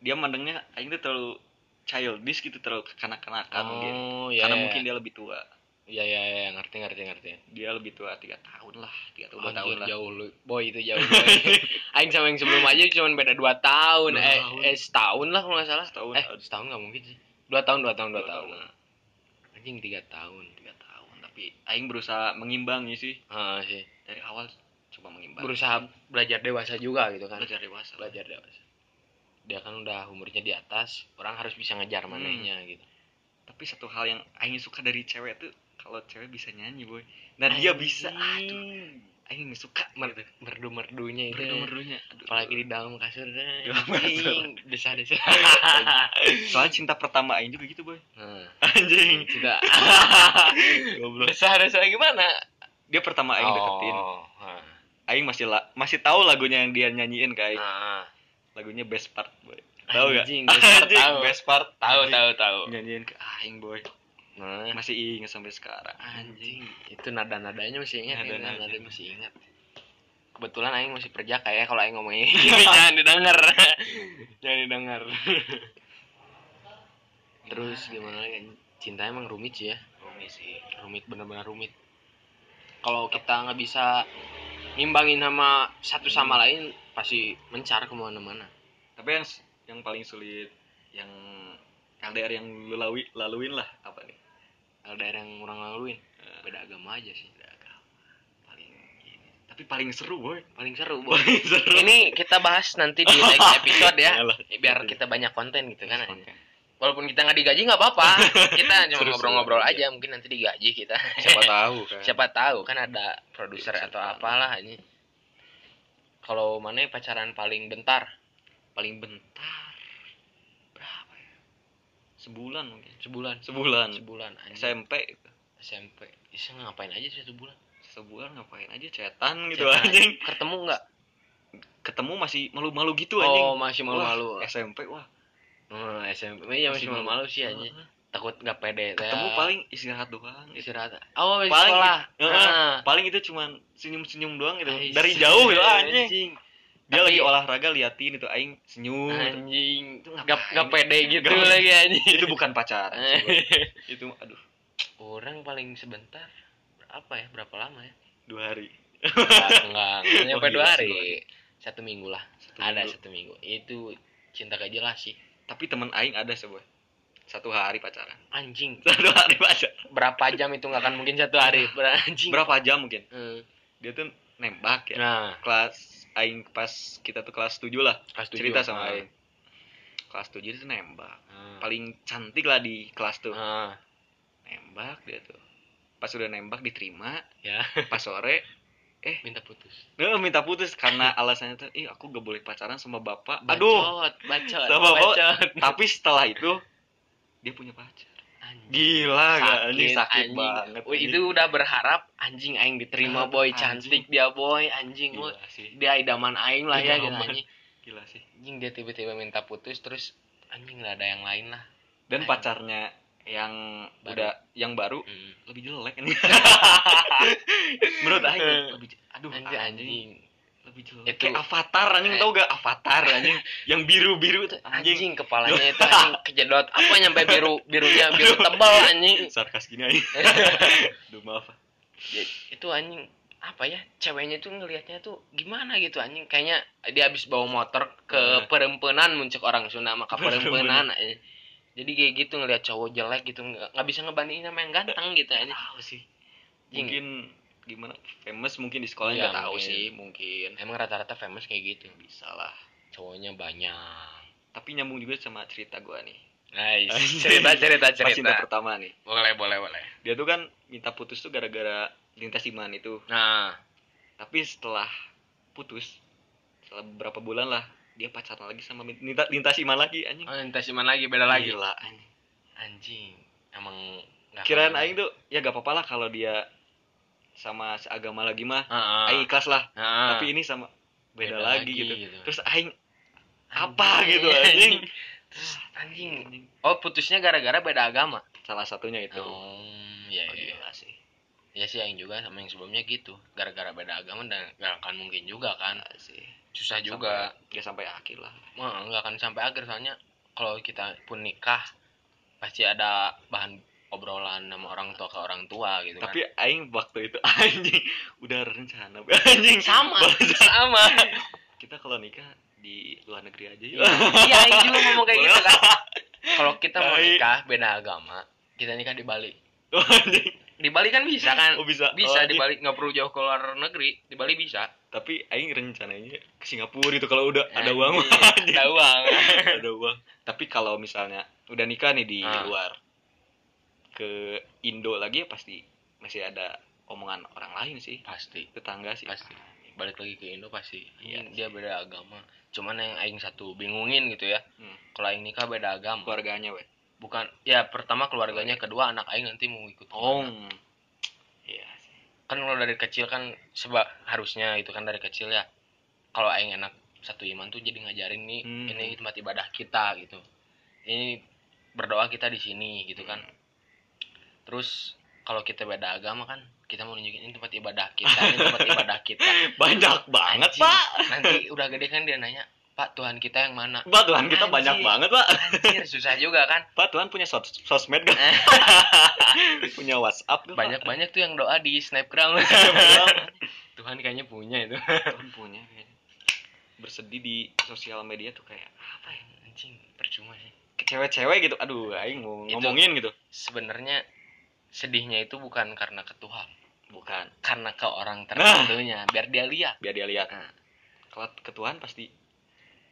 [SPEAKER 2] dia mandangnya aing tuh terlalu childish gitu, terlalu kekanak-kanakan mungkin.
[SPEAKER 1] oh ya
[SPEAKER 2] Karena mungkin dia lebih tua.
[SPEAKER 1] ya ya ya ngerti ngerti ngerti
[SPEAKER 2] Dia lebih tua 3 tahun lah, 3 atau 2
[SPEAKER 1] Anjir,
[SPEAKER 2] tahun lah.
[SPEAKER 1] jauh lu boy itu jauh boy. aing sama yang sebelum aja cuman beda 2 tahun
[SPEAKER 2] Dua
[SPEAKER 1] eh,
[SPEAKER 2] tahun.
[SPEAKER 1] eh setahun lah kalau nggak salah
[SPEAKER 2] Setahun,
[SPEAKER 1] eh
[SPEAKER 2] aduh.
[SPEAKER 1] setahun nggak mungkin sih 2 tahun 2 tahun 2
[SPEAKER 2] Dua
[SPEAKER 1] tahun
[SPEAKER 2] lah.
[SPEAKER 1] anjing 3 tahun
[SPEAKER 2] 3 tahun, tapi aing berusaha mengimbangnya sih.
[SPEAKER 1] ah sih
[SPEAKER 2] Dari awal coba mengimbang.
[SPEAKER 1] berusaha belajar dewasa juga gitu kan
[SPEAKER 2] belajar dewasa.
[SPEAKER 1] belajar dewasa dia kan udah umurnya di atas orang harus bisa ngejar
[SPEAKER 2] Hmm.
[SPEAKER 1] manehnya gitu
[SPEAKER 2] Tapi satu hal yang aing suka dari cewek tuh kalau cewek bisa nyanyi, boy. Dan dia bisa. Aduh, aing suka gitu.
[SPEAKER 1] Iya, merdu merdunya itu ya.
[SPEAKER 2] Merdu-merdunya. Aduh.
[SPEAKER 1] apalagi di dalam kasur eh,
[SPEAKER 2] Dalam kasur.
[SPEAKER 1] anjing, desa-desa
[SPEAKER 2] Soalnya cinta pertama Aing juga gitu boy
[SPEAKER 1] Nah,
[SPEAKER 2] Anjing
[SPEAKER 1] tidak
[SPEAKER 2] Goblok
[SPEAKER 1] desa-desa gimana
[SPEAKER 2] Dia pertama Aing deketin
[SPEAKER 1] Oh, ah.
[SPEAKER 2] Aing masih la- masih tahu lagunya yang dia nyanyiin ke Aing
[SPEAKER 1] Ah,
[SPEAKER 2] Lagunya best part boy Tahu gak?
[SPEAKER 1] Anjing, Best Part tahu.
[SPEAKER 2] best part
[SPEAKER 1] tahu tahu tahu
[SPEAKER 2] Nyanyiin ke Aing boy
[SPEAKER 1] nah
[SPEAKER 2] Masih inget sampai sekarang Anjing
[SPEAKER 1] anjing itu nada nadanya masih ingat nada
[SPEAKER 2] Nada-nadanya.
[SPEAKER 1] nada masih ingat kebetulan aing masih kerja kayak kalau aing ngomongnya jangan didengar jangan didengar terus gimana lagi cinta emang rumit sih ya
[SPEAKER 2] Rumit sih
[SPEAKER 1] rumit benar-benar rumit kalau kita nggak bisa nimbangin sama satu sama lain pasti mencar kemana-mana
[SPEAKER 2] Tapi yang s- yang paling sulit Yang LDR yang lu lawi, laluin lah Apa nih?
[SPEAKER 1] LDR yang orang laluin
[SPEAKER 2] Eh,
[SPEAKER 1] beda agama aja sih beda agama
[SPEAKER 2] Paling ini Tapi paling seru boy
[SPEAKER 1] paling seru boy
[SPEAKER 2] Paling seru
[SPEAKER 1] ini kita bahas nanti di next episode ya
[SPEAKER 2] Yalah.
[SPEAKER 1] biar kita banyak konten gitu kan
[SPEAKER 2] Konten.
[SPEAKER 1] walaupun kita nggak digaji nggak apa-apa kita cuma
[SPEAKER 2] Seru-seru
[SPEAKER 1] ngobrol-ngobrol
[SPEAKER 2] aja.
[SPEAKER 1] aja mungkin nanti digaji kita
[SPEAKER 2] Siapa tahu kan
[SPEAKER 1] Eh, siapa tahu kan ada produser
[SPEAKER 2] Produser
[SPEAKER 1] atau
[SPEAKER 2] kan.
[SPEAKER 1] apalah ini kalau mana pacaran paling bentar
[SPEAKER 2] paling bentar berapa ya sebulan mungkin
[SPEAKER 1] sebulan
[SPEAKER 2] sebulan
[SPEAKER 1] sebulan anjing.
[SPEAKER 2] SMP itu.
[SPEAKER 1] SMP Iseng ngapain aja sih sebulan
[SPEAKER 2] sebulan ngapain aja cetan gitu
[SPEAKER 1] Cetan.
[SPEAKER 2] anjing
[SPEAKER 1] ketemu nggak
[SPEAKER 2] ketemu masih malu-malu gitu anjing
[SPEAKER 1] oh masih malu-malu
[SPEAKER 2] Wah, SMP wah
[SPEAKER 1] Hmm, SMP ya masih
[SPEAKER 2] Masih malu.
[SPEAKER 1] malu-malu sih anjing
[SPEAKER 2] Heeh.
[SPEAKER 1] takut nggak pede
[SPEAKER 2] ketemu
[SPEAKER 1] ya.
[SPEAKER 2] paling istirahat doang gitu.
[SPEAKER 1] istirahat oh
[SPEAKER 2] Paling- gitu.
[SPEAKER 1] sekolah
[SPEAKER 2] Heeh.
[SPEAKER 1] Nah.
[SPEAKER 2] paling itu cuman senyum-senyum doang gitu
[SPEAKER 1] Ais,
[SPEAKER 2] dari jauh gitu anjing
[SPEAKER 1] Tapi-
[SPEAKER 2] dia lagi olahraga liatin itu aing senyum gitu.
[SPEAKER 1] anjing
[SPEAKER 2] Itu
[SPEAKER 1] nggak
[SPEAKER 2] ngapain?
[SPEAKER 1] nggak pede gitu
[SPEAKER 2] Nggak pede.
[SPEAKER 1] lagi anjing
[SPEAKER 2] itu bukan pacaran sih, Bro. itu aduh
[SPEAKER 1] orang paling sebentar berapa ya berapa lama ya
[SPEAKER 2] dua hari
[SPEAKER 1] enggak enggak nyampe
[SPEAKER 2] Oh,
[SPEAKER 1] dua
[SPEAKER 2] gila sih,
[SPEAKER 1] hari
[SPEAKER 2] dua hari.
[SPEAKER 1] satu minggu lah
[SPEAKER 2] Satu
[SPEAKER 1] ada
[SPEAKER 2] minggu.
[SPEAKER 1] satu minggu itu cinta gak jelas sih
[SPEAKER 2] tapi teman aing ada sih boy satu hari pacaran
[SPEAKER 1] anjing
[SPEAKER 2] satu hari pacaran
[SPEAKER 1] berapa jam itu nggak akan mungkin satu hari Ber- anjing
[SPEAKER 2] berapa jam mungkin
[SPEAKER 1] Eh,
[SPEAKER 2] dia tuh nembak ya
[SPEAKER 1] nah
[SPEAKER 2] kelas aing pas kita tuh kelas 7 lah
[SPEAKER 1] kelas tujuh.
[SPEAKER 2] cerita sama
[SPEAKER 1] Nah.
[SPEAKER 2] aing kelas 7 dia tuh nembak
[SPEAKER 1] Nah.
[SPEAKER 2] paling cantik lah di kelas tuh
[SPEAKER 1] Nah,
[SPEAKER 2] nembak dia tuh pas udah nembak diterima
[SPEAKER 1] ya
[SPEAKER 2] pas sore
[SPEAKER 1] minta putus
[SPEAKER 2] dia Eh, minta putus karena alasannya tuh ih aku gak boleh pacaran sama bapak aduh
[SPEAKER 1] bacot bacot
[SPEAKER 2] Sama bapak.
[SPEAKER 1] bacot.
[SPEAKER 2] tapi setelah itu dia punya pacar
[SPEAKER 1] Anjing.
[SPEAKER 2] gila gak
[SPEAKER 1] sakit,
[SPEAKER 2] anjing sakit
[SPEAKER 1] anjing.
[SPEAKER 2] banget
[SPEAKER 1] Wih,
[SPEAKER 2] anjing.
[SPEAKER 1] itu udah berharap anjing aing diterima
[SPEAKER 2] Ah,
[SPEAKER 1] boy
[SPEAKER 2] anjing.
[SPEAKER 1] cantik dia boy anjing wah.
[SPEAKER 2] gila sih
[SPEAKER 1] dia idaman aing lah ya gitu
[SPEAKER 2] Idaman.
[SPEAKER 1] anjing
[SPEAKER 2] gila sih
[SPEAKER 1] anjing dia tiba-tiba minta putus terus anjing nggak ada yang lain lah Anjing.
[SPEAKER 2] dan pacarnya yang
[SPEAKER 1] Baru.
[SPEAKER 2] udah yang baru
[SPEAKER 1] Hmm.
[SPEAKER 2] lebih jelek ini menurut Aing lebih je- aduh
[SPEAKER 1] anjing
[SPEAKER 2] anjing,
[SPEAKER 1] anjing
[SPEAKER 2] lebih jelek
[SPEAKER 1] Itu-
[SPEAKER 2] kayak avatar anjing
[SPEAKER 1] Eh.
[SPEAKER 2] tau gak avatar anjing yang biru biru tuh anjing,
[SPEAKER 1] anjing kepalanya itu anjing kejedot apa nyampe biru birunya biru tebal anjing Eh.
[SPEAKER 2] sarkas gini anjing aduh maaf
[SPEAKER 1] itu anjing apa ya ceweknya tuh ngelihatnya tuh gimana gitu anjing kayaknya dia habis bawa motor
[SPEAKER 2] Nah.
[SPEAKER 1] ke perempuanan muncul orang Sunda maka
[SPEAKER 2] Perempuanan.
[SPEAKER 1] perempuanan anjing. jadi kayak gitu ngelihat cowok jelek gitu nggak nggak bisa ngebandingin sama yang ganteng gitu anjing
[SPEAKER 2] tahu sih
[SPEAKER 1] Anjing.
[SPEAKER 2] mungkin gimana famous mungkin di sekolah
[SPEAKER 1] Iya,
[SPEAKER 2] nggak tahu
[SPEAKER 1] mungkin.
[SPEAKER 2] sih mungkin
[SPEAKER 1] emang rata-rata famous kayak gitu
[SPEAKER 2] bisa lah
[SPEAKER 1] cowoknya banyak
[SPEAKER 2] tapi nyambung juga sama cerita gua nih
[SPEAKER 1] Nice. cerita cerita
[SPEAKER 2] Cinta
[SPEAKER 1] cerita
[SPEAKER 2] pertama nih
[SPEAKER 1] boleh boleh boleh
[SPEAKER 2] dia tuh kan minta putus tuh gara-gara lintas iman itu
[SPEAKER 1] nah
[SPEAKER 2] tapi setelah putus setelah beberapa bulan lah dia pacaran lagi sama min- lintas, lintas iman lagi anjing
[SPEAKER 1] oh, entah si mana lagi beda lagi Iya.
[SPEAKER 2] Gila, anjing.
[SPEAKER 1] anjing emang nggak
[SPEAKER 2] kirain
[SPEAKER 1] kalah.
[SPEAKER 2] aing tuh ya gak apa-apa lah kalau dia sama seagama lagi mah
[SPEAKER 1] Heeh.
[SPEAKER 2] aing ikhlas lah
[SPEAKER 1] Heeh.
[SPEAKER 2] tapi ini sama beda,
[SPEAKER 1] Ah. Beda
[SPEAKER 2] lagi,
[SPEAKER 1] lagi
[SPEAKER 2] gitu.
[SPEAKER 1] gitu.
[SPEAKER 2] terus aing apa gitu
[SPEAKER 1] Iya,
[SPEAKER 2] anjing
[SPEAKER 1] Terus, anjing oh putusnya gara-gara beda agama
[SPEAKER 2] salah satunya itu
[SPEAKER 1] oh ya
[SPEAKER 2] Oh,
[SPEAKER 1] ya
[SPEAKER 2] gila sih
[SPEAKER 1] ya sih yang juga sama yang sebelumnya gitu gara-gara beda agama dan nggak akan mungkin juga kan
[SPEAKER 2] Gila sih
[SPEAKER 1] susah juga
[SPEAKER 2] sampai, ya sampai akhir lah
[SPEAKER 1] Wah, nggak akan sampai akhir soalnya kalau kita pun nikah pasti ada bahan obrolan sama orang tua ke orang tua gitu
[SPEAKER 2] tapi aing waktu itu anjing udah rencana anjing
[SPEAKER 1] kan sama sama
[SPEAKER 2] kita kalau nikah di luar negeri aja yuk
[SPEAKER 1] iya iya, Aing juga ngomong kayak gitu kan kalau kita mau
[SPEAKER 2] Tai.
[SPEAKER 1] nikah beda agama kita nikah di Bali
[SPEAKER 2] Tuh, anjing.
[SPEAKER 1] di Bali kan bisa kan
[SPEAKER 2] Oh, bisa
[SPEAKER 1] bisa
[SPEAKER 2] Oh,
[SPEAKER 1] di
[SPEAKER 2] anjing.
[SPEAKER 1] Bali nggak perlu jauh ke luar negeri di Bali bisa
[SPEAKER 2] tapi aing rencananya ke Singapura itu kalau udah ada
[SPEAKER 1] Anjing,
[SPEAKER 2] uang anjing.
[SPEAKER 1] Iya, ada uang
[SPEAKER 2] ada uang tapi kalau misalnya udah nikah nih di
[SPEAKER 1] Ah.
[SPEAKER 2] luar ke Indo lagi ya pasti masih ada omongan orang lain sih
[SPEAKER 1] pasti
[SPEAKER 2] tetangga sih
[SPEAKER 1] Pasti. balik lagi ke Indo pasti
[SPEAKER 2] Iya
[SPEAKER 1] Anjing, dia beda agama cuman yang aing satu bingungin gitu ya
[SPEAKER 2] Hmm.
[SPEAKER 1] kalau aing nikah beda agama
[SPEAKER 2] keluarganya weh
[SPEAKER 1] bukan ya pertama keluarganya kedua anak aing nanti mau ikut
[SPEAKER 2] oh
[SPEAKER 1] kemana.
[SPEAKER 2] iya sih.
[SPEAKER 1] kan kalau dari kecil kan sebab harusnya itu kan dari kecil ya kalau aing enak satu iman tuh jadi ngajarin nih
[SPEAKER 2] Hmm.
[SPEAKER 1] ini tempat ibadah kita gitu ini berdoa kita di sini gitu kan
[SPEAKER 2] Hmm.
[SPEAKER 1] terus kalau kita beda agama kan kita mau nunjukin ini tempat ibadah kita ini tempat ibadah kita
[SPEAKER 2] Eh, banyak banget
[SPEAKER 1] Anjing,
[SPEAKER 2] pak
[SPEAKER 1] nanti udah gede kan dia nanya pak Tuhan kita yang mana
[SPEAKER 2] pak Tuhan kita
[SPEAKER 1] Anjing.
[SPEAKER 2] banyak banget pak
[SPEAKER 1] anjir susah juga kan
[SPEAKER 2] pak Tuhan punya sos sosmed gak punya WhatsApp gak Pak?
[SPEAKER 1] Eh.
[SPEAKER 2] Iya,
[SPEAKER 1] banyak banyak tuh yang doa di snapgram
[SPEAKER 2] Bilang,
[SPEAKER 1] Tuhan kayaknya punya itu
[SPEAKER 2] Tuhan punya kayaknya bersedih di sosial media tuh kayak apa ya
[SPEAKER 1] anjing percuma sih
[SPEAKER 2] ke cewek-cewek gitu aduh aing mau
[SPEAKER 1] Nah, Itu-
[SPEAKER 2] ngomongin gitu
[SPEAKER 1] sebenarnya sedihnya itu bukan karena ke Tuhan
[SPEAKER 2] bukan
[SPEAKER 1] karena ke orang
[SPEAKER 2] Nah.
[SPEAKER 1] tertentunya biar dia lihat
[SPEAKER 2] biar dia lihat
[SPEAKER 1] Nah.
[SPEAKER 2] kalau ke Tuhan pasti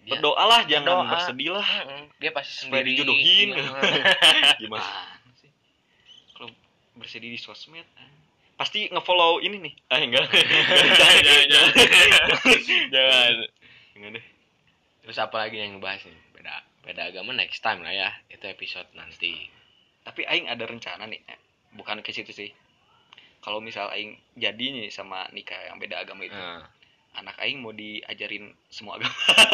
[SPEAKER 1] Dia-
[SPEAKER 2] berdoalah jangan
[SPEAKER 1] berdoa.
[SPEAKER 2] bersedih lah
[SPEAKER 1] Heeh, dia pasti
[SPEAKER 2] supaya
[SPEAKER 1] sendiri
[SPEAKER 2] dijodohin
[SPEAKER 1] Iya.
[SPEAKER 2] gimana sih kalau bersedih di sosmed ah. pasti ngefollow ini nih ah enggak jangan jangan
[SPEAKER 1] Iya.
[SPEAKER 2] jangan jangan Jangan deh
[SPEAKER 1] terus apalagi yang ngebahas nih beda beda agama next time lah ya itu episode nanti
[SPEAKER 2] tapi aing ada rencana nih Eh, bukan ke situ sih kalau misal aing jadi nih sama nikah yang beda agama itu
[SPEAKER 1] Heeh.
[SPEAKER 2] anak aing mau diajarin semua agama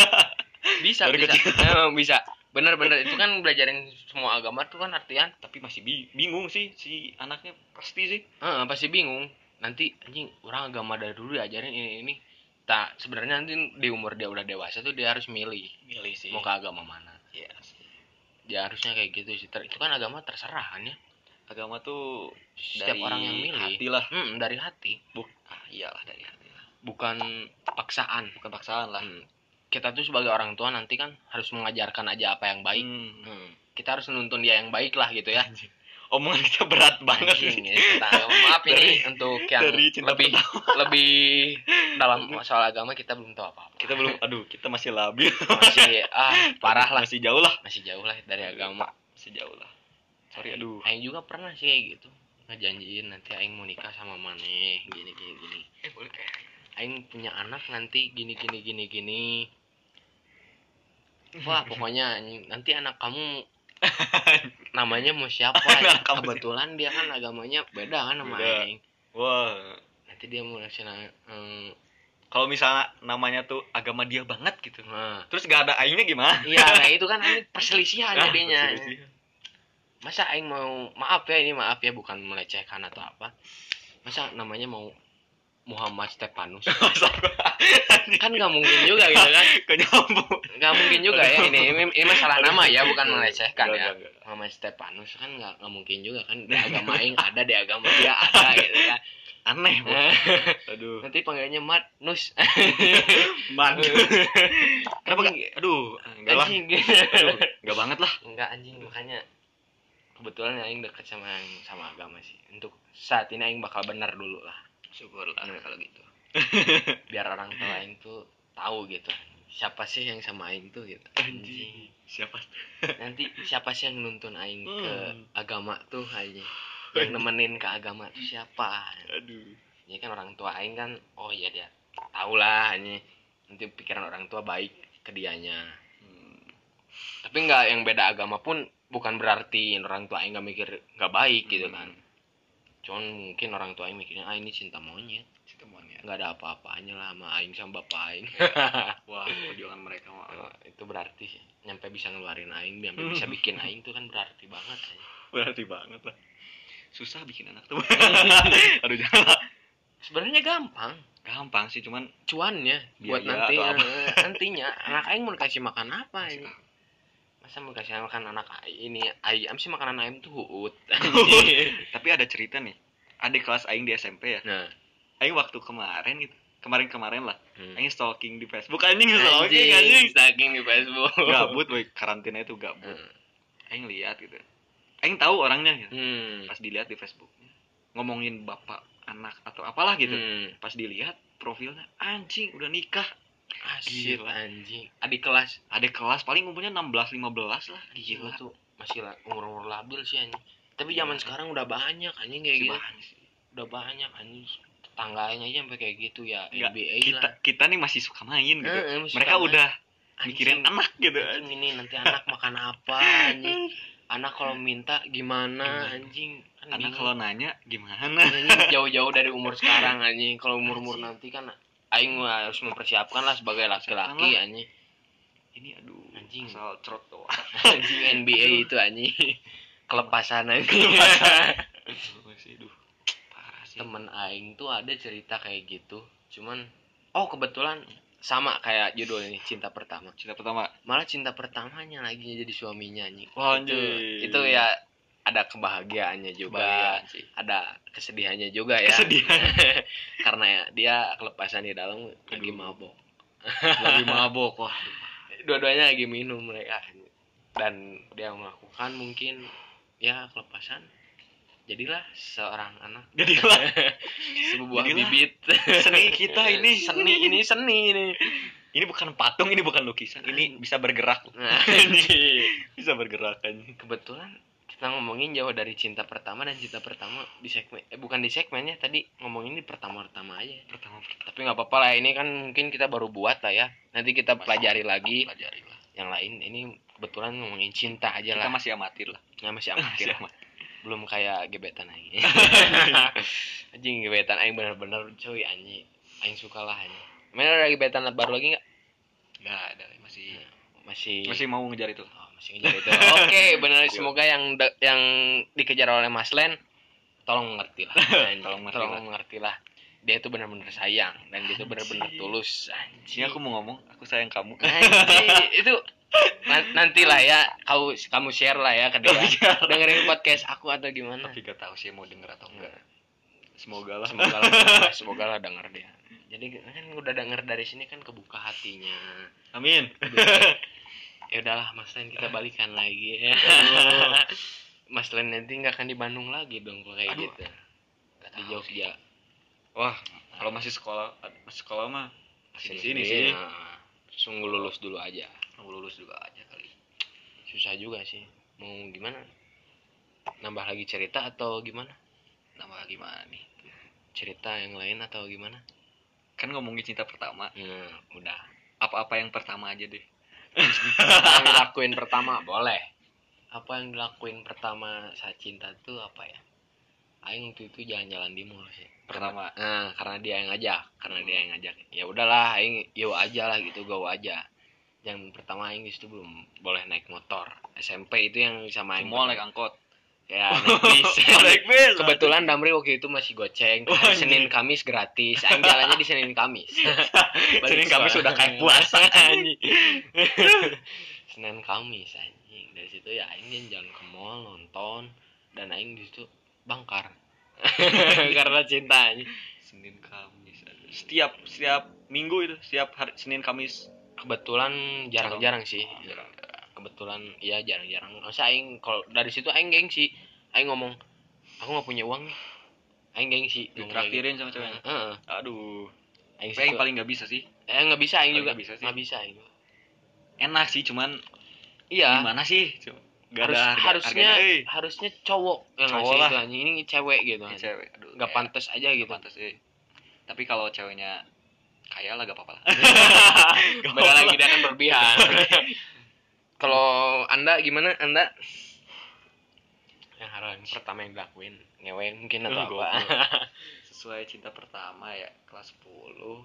[SPEAKER 1] bisa
[SPEAKER 2] Dari
[SPEAKER 1] bisa
[SPEAKER 2] kecil.
[SPEAKER 1] Emang bisa bener-bener itu kan belajarin semua agama tuh kan artian
[SPEAKER 2] tapi masih bi- bingung sih si anaknya pasti sih
[SPEAKER 1] Heeh, pasti bingung nanti anjing orang agama dari dulu diajarin ini ini tak sebenarnya nanti di umur dia udah dewasa tuh dia harus milih
[SPEAKER 2] milih sih
[SPEAKER 1] mau ke agama mana
[SPEAKER 2] Iya sih.
[SPEAKER 1] ya harusnya kayak gitu sih Ter- itu kan agama terserah kan ya
[SPEAKER 2] agama tuh
[SPEAKER 1] setiap
[SPEAKER 2] dari
[SPEAKER 1] orang yang milih
[SPEAKER 2] hati lah
[SPEAKER 1] Mm, dari hati
[SPEAKER 2] Buk ah, iyalah dari hati lah
[SPEAKER 1] bukan paksaan
[SPEAKER 2] bukan paksaan lah
[SPEAKER 1] Mm. kita tuh sebagai orang tua nanti kan harus mengajarkan aja apa yang baik
[SPEAKER 2] Hmm.
[SPEAKER 1] Mm. kita harus nuntun dia yang baik lah gitu ya
[SPEAKER 2] omongan kita berat banget sih
[SPEAKER 1] Anjing, ya, kita agama. maaf ini
[SPEAKER 2] Dari-
[SPEAKER 1] untuk yang
[SPEAKER 2] dari cinta
[SPEAKER 1] lebih lebih dalam soal agama kita belum tahu apa-apa
[SPEAKER 2] kita belum aduh kita masih labil
[SPEAKER 1] masih ah parah lah Ya,
[SPEAKER 2] masih jauh lah
[SPEAKER 1] masih jauh lah dari agama
[SPEAKER 2] masih jauh lah
[SPEAKER 1] Eh,
[SPEAKER 2] sorry aduh
[SPEAKER 1] Aing juga pernah sih kayak gitu ngejanjiin nanti Aing mau nikah sama Mane gini gini gini
[SPEAKER 2] eh boleh kayak
[SPEAKER 1] Aing punya anak nanti gini gini gini gini wah pokoknya anjing, nanti anak kamu namanya mau siapa ya?
[SPEAKER 2] Anak kamu
[SPEAKER 1] kebetulan dia kan agamanya beda kan sama
[SPEAKER 2] Beda.
[SPEAKER 1] Aing
[SPEAKER 2] wah
[SPEAKER 1] nanti dia mau ngasih na- eh,
[SPEAKER 2] kalau misalnya namanya tuh agama dia banget gitu
[SPEAKER 1] nah.
[SPEAKER 2] terus gak ada aingnya gimana
[SPEAKER 1] iya nah itu kan Aing perselisihan
[SPEAKER 2] Ah,
[SPEAKER 1] jadinya
[SPEAKER 2] perselisihan.
[SPEAKER 1] masa aing mau maaf ya ini maaf ya bukan melecehkan atau apa masa namanya mau Muhammad Stepanus
[SPEAKER 2] Masa gua-
[SPEAKER 1] kan nggak mungkin juga gitu kan
[SPEAKER 2] Gak nyambung
[SPEAKER 1] nggak mungkin juga ya ini ini, ini masalah nama ya bukan
[SPEAKER 2] Aduh.
[SPEAKER 1] melecehkan
[SPEAKER 2] Enggak,
[SPEAKER 1] ya
[SPEAKER 2] enggak, enggak.
[SPEAKER 1] Muhammad Stepanus kan nggak nggak mungkin juga kan di agama aing ada di agama dia ada gitu kan
[SPEAKER 2] aneh Bu.
[SPEAKER 1] Eh.
[SPEAKER 2] aduh
[SPEAKER 1] nanti panggilnya Mat Nus
[SPEAKER 2] man kenapa gak
[SPEAKER 1] Anjing.
[SPEAKER 2] aduh enggak lah
[SPEAKER 1] anjing
[SPEAKER 2] aduh enggak banget lah
[SPEAKER 1] enggak anjing makanya kebetulan aing dekat sama yang sama agama sih untuk saat ini aing bakal benar dulu lah
[SPEAKER 2] syukurlah
[SPEAKER 1] Hmm.
[SPEAKER 2] kalau gitu
[SPEAKER 1] biar orang tua aing tuh tahu gitu siapa sih yang sama aing tuh gitu
[SPEAKER 2] anjing siapa
[SPEAKER 1] nanti siapa sih yang nuntun aing ke
[SPEAKER 2] Hmm.
[SPEAKER 1] agama tuh aja yang nemenin ke agama tuh siapa
[SPEAKER 2] aduh
[SPEAKER 1] ya kan orang tua aing kan oh iya dia tahu lah ini nanti pikiran orang tua baik ke dianya
[SPEAKER 2] Hmm.
[SPEAKER 1] tapi nggak yang beda agama pun bukan berarti orang tua aing nggak mikir nggak baik gitu
[SPEAKER 2] Hmm.
[SPEAKER 1] kan cuman mungkin orang tua aing mikirnya ah ini cinta monyet
[SPEAKER 2] si temuannya
[SPEAKER 1] nggak ada apa-apanya lah sama aing sama bapak aing
[SPEAKER 2] wah perjuangan mereka mah
[SPEAKER 1] Eh, itu berarti sih nyampe bisa ngeluarin aing nyampe bisa
[SPEAKER 2] Hmm.
[SPEAKER 1] bikin aing tuh kan berarti banget aja.
[SPEAKER 2] berarti banget lah susah bikin anak tuh aduh jangan lah.
[SPEAKER 1] sebenarnya gampang
[SPEAKER 2] gampang sih cuman
[SPEAKER 1] cuannya buat
[SPEAKER 2] Biaya
[SPEAKER 1] nanti
[SPEAKER 2] atau apa?
[SPEAKER 1] eh, nantinya anak aing mau kasih makan apa
[SPEAKER 2] Kasih
[SPEAKER 1] ini masa mau kasih makan anak aing ini ayam sih makanan ayam tuh huut
[SPEAKER 2] tapi ada cerita nih adik kelas aing di SMP ya
[SPEAKER 1] nah
[SPEAKER 2] aing waktu kemarin gitu kemarin-kemarin lah
[SPEAKER 1] hmm.
[SPEAKER 2] aing stalking di Facebook anjing stalking
[SPEAKER 1] anjing
[SPEAKER 2] anjing
[SPEAKER 1] stalking di Facebook
[SPEAKER 2] gabut boy karantina itu gabut
[SPEAKER 1] Hmm.
[SPEAKER 2] aing lihat gitu aing tahu orangnya gitu.
[SPEAKER 1] hmm.
[SPEAKER 2] pas dilihat di Facebooknya ngomongin bapak anak atau apalah gitu
[SPEAKER 1] hmm.
[SPEAKER 2] pas dilihat profilnya anjing udah nikah
[SPEAKER 1] Asik,
[SPEAKER 2] Gila.
[SPEAKER 1] anjing adik kelas
[SPEAKER 2] ada kelas paling umurnya 16 15 lah
[SPEAKER 1] gila
[SPEAKER 2] gila
[SPEAKER 1] tuh masih umur umur labil sih anjing tapi zaman sekarang udah banyak anjing kayak
[SPEAKER 2] Si
[SPEAKER 1] gitu
[SPEAKER 2] Bahan sih.
[SPEAKER 1] udah banyak anjing tetangganya aja sampai kayak gitu ya
[SPEAKER 2] Nggak,
[SPEAKER 1] NBA
[SPEAKER 2] kita
[SPEAKER 1] lah
[SPEAKER 2] kita nih masih suka main gitu
[SPEAKER 1] Eh, eh, masih
[SPEAKER 2] mereka
[SPEAKER 1] sama.
[SPEAKER 2] udah
[SPEAKER 1] Anjing,
[SPEAKER 2] mikirin anak gitu
[SPEAKER 1] anjing ini nanti anak makan apa anjing anak kalau minta gimana
[SPEAKER 2] Gimana?
[SPEAKER 1] anjing kan
[SPEAKER 2] anak
[SPEAKER 1] bingung.
[SPEAKER 2] kalau nanya gimana
[SPEAKER 1] Anjing, jauh-jauh dari umur sekarang anjing kalau umur umur
[SPEAKER 2] Anjing.
[SPEAKER 1] nanti kan aing mah harus mempersiapkan lah sebagai laki-laki anjing
[SPEAKER 2] ini aduh
[SPEAKER 1] Anjing.
[SPEAKER 2] asal cerot doang
[SPEAKER 1] anjing NBA itu anjing kelepasan anjing
[SPEAKER 2] Aduh, sih aduh parah sih
[SPEAKER 1] temen aing tuh ada cerita kayak gitu cuman oh kebetulan sama kayak judul ini cinta pertama
[SPEAKER 2] cinta pertama
[SPEAKER 1] malah cinta pertamanya lagi jadi suaminya anjing
[SPEAKER 2] Wah,
[SPEAKER 1] itu,
[SPEAKER 2] anjing.
[SPEAKER 1] itu ya ada kebahagiaannya juga
[SPEAKER 2] kebayang sih
[SPEAKER 1] ada kesedihannya juga ya
[SPEAKER 2] kesedihan
[SPEAKER 1] karena ya dia kelepasan di dalam lagi
[SPEAKER 2] Aduh.
[SPEAKER 1] mabok
[SPEAKER 2] lagi mabok wah
[SPEAKER 1] dua-duanya lagi minum mereka dan dia melakukan mungkin ya kelepasan jadilah seorang anak
[SPEAKER 2] jadilah
[SPEAKER 1] sebuah
[SPEAKER 2] Jadilah.
[SPEAKER 1] bibit
[SPEAKER 2] seni kita ini
[SPEAKER 1] seni ini seni ini
[SPEAKER 2] ini bukan patung ini bukan lukisan ini bisa bergerak
[SPEAKER 1] Nah,
[SPEAKER 2] bisa bergerak anjing
[SPEAKER 1] kebetulan kita ngomongin jauh dari cinta pertama dan cinta pertama di segmen eh, bukan di segmennya tadi ngomongin di pertama pertama aja
[SPEAKER 2] pertama
[SPEAKER 1] tapi nggak apa-apa lah ini kan mungkin kita baru buat lah ya nanti kita pelajari lagi
[SPEAKER 2] pelajari lah
[SPEAKER 1] yang lain ini kebetulan ngomongin cinta aja
[SPEAKER 2] kita
[SPEAKER 1] Iya lah
[SPEAKER 2] masih amatir lah
[SPEAKER 1] ya, masih amatir
[SPEAKER 2] Masih
[SPEAKER 1] lah. belum kayak gebetan aing anjing gebetan aing bener-bener cuy anjing aing suka lah anjing main ada gebetan baru lagi nggak
[SPEAKER 2] nggak ada masih
[SPEAKER 1] masih
[SPEAKER 2] masih mau ngejar itu
[SPEAKER 1] Oh, masih ngejar itu. Oke, benar semoga yang de- yang dikejar oleh Mas Len tolong mengerti lah.
[SPEAKER 2] Tolong mengerti
[SPEAKER 1] tolong
[SPEAKER 2] lah.
[SPEAKER 1] mengerti lah. Dia itu benar-benar sayang dan dia itu benar-benar
[SPEAKER 2] Anjing.
[SPEAKER 1] tulus. Anjing.
[SPEAKER 2] ini aku mau ngomong aku sayang kamu
[SPEAKER 1] Anjing, itu na- nantilah ya kau kamu share lah ya ke dia. Dengerin podcast aku atau gimana?
[SPEAKER 2] tapi gak tahu sih mau denger atau enggak
[SPEAKER 1] Nah,
[SPEAKER 2] semoga lah
[SPEAKER 1] Semoga lah, semoga lah denger dia. Jadi kan udah denger dari sini kan kebuka hatinya.
[SPEAKER 2] amin
[SPEAKER 1] ya udahlah Mas Len kita balikan lagi ya.
[SPEAKER 2] Aduh.
[SPEAKER 1] Mas Len nanti nggak akan di Bandung lagi dong kalau kayak
[SPEAKER 2] Aduh.
[SPEAKER 1] gitu di Jogja
[SPEAKER 2] wah kalau masih sekolah masih sekolah mah masih di sini ya. sih
[SPEAKER 1] Nah, sungguh lulus dulu aja
[SPEAKER 2] mau lulus juga aja kali
[SPEAKER 1] susah juga sih mau gimana nambah lagi cerita atau gimana
[SPEAKER 2] nama gimana nih
[SPEAKER 1] cerita yang lain atau gimana
[SPEAKER 2] kan ngomongin cinta pertama
[SPEAKER 1] nah udah
[SPEAKER 2] apa-apa yang pertama aja deh
[SPEAKER 1] apa yang dilakuin pertama boleh apa yang dilakuin pertama saat cinta tuh apa ya Aing waktu itu jalan-jalan di mall sih
[SPEAKER 2] pertama
[SPEAKER 1] Nah, karena dia yang ngajak, karena dia yang ngajak. Ya udahlah, aing yo aja lah gitu, gawa aja. Yang pertama aing itu belum boleh naik motor. SMP itu yang sama aing.
[SPEAKER 2] mall naik angkot
[SPEAKER 1] Ya, naik bis.
[SPEAKER 2] naik bis
[SPEAKER 1] Kebetulan Damri waktu itu masih goceng.
[SPEAKER 2] Wah,
[SPEAKER 1] Hari
[SPEAKER 2] anjing.
[SPEAKER 1] Senin Kamis gratis. Aing jalannya di Senin Kamis. Balik
[SPEAKER 2] iya. Senin
[SPEAKER 1] sekolah.
[SPEAKER 2] Kamis udah kayak puasa, anjing.
[SPEAKER 1] Senin Kamis anjing. Dari situ ya aing jalan ke mall nonton dan aing di situ bangkar. karena cinta anjing.
[SPEAKER 2] Senin Kamis aduh. setiap setiap minggu itu setiap hari Senin Kamis
[SPEAKER 1] kebetulan jarang-jarang sih
[SPEAKER 2] Oh, Jarang.
[SPEAKER 1] kebetulan ya jarang-jarang masa aing kalau dari situ aing gengsi aing ngomong aku nggak punya uang nih aing gengsi
[SPEAKER 2] Ditraktirin sama ceweknya.
[SPEAKER 1] Heeh.
[SPEAKER 2] Aduh.
[SPEAKER 1] aing
[SPEAKER 2] Tapi yang
[SPEAKER 1] situ-
[SPEAKER 2] paling nggak bisa sih.
[SPEAKER 1] eh nggak bisa aing
[SPEAKER 2] paling
[SPEAKER 1] juga
[SPEAKER 2] nggak bisa sih.
[SPEAKER 1] nggak bisa aing
[SPEAKER 2] Enak sih cuman
[SPEAKER 1] iya
[SPEAKER 2] gimana sih? Cuma- Gak
[SPEAKER 1] harus,
[SPEAKER 2] ada harga,
[SPEAKER 1] harusnya
[SPEAKER 2] harganya, eh. euy.
[SPEAKER 1] harusnya cowok yang
[SPEAKER 2] Cowok
[SPEAKER 1] ngasih
[SPEAKER 2] lah.
[SPEAKER 1] itu anjing. ini cewek gitu
[SPEAKER 2] Ini
[SPEAKER 1] anjing.
[SPEAKER 2] Iya, cewek. Aduh.
[SPEAKER 1] nggak
[SPEAKER 2] kayak-
[SPEAKER 1] pantas aja
[SPEAKER 2] nggak
[SPEAKER 1] gitu
[SPEAKER 2] pantas, euy. Tapi kalau ceweknya kaya lah gak apa-apa lah. Nggak
[SPEAKER 1] beda
[SPEAKER 2] apa-apa.
[SPEAKER 1] lagi dia kan berlebihan kalau anda gimana anda yang hal yang pertama yang dilakuin ngewe mungkin atau
[SPEAKER 2] Eh,
[SPEAKER 1] apa
[SPEAKER 2] goblok. sesuai cinta pertama ya kelas 10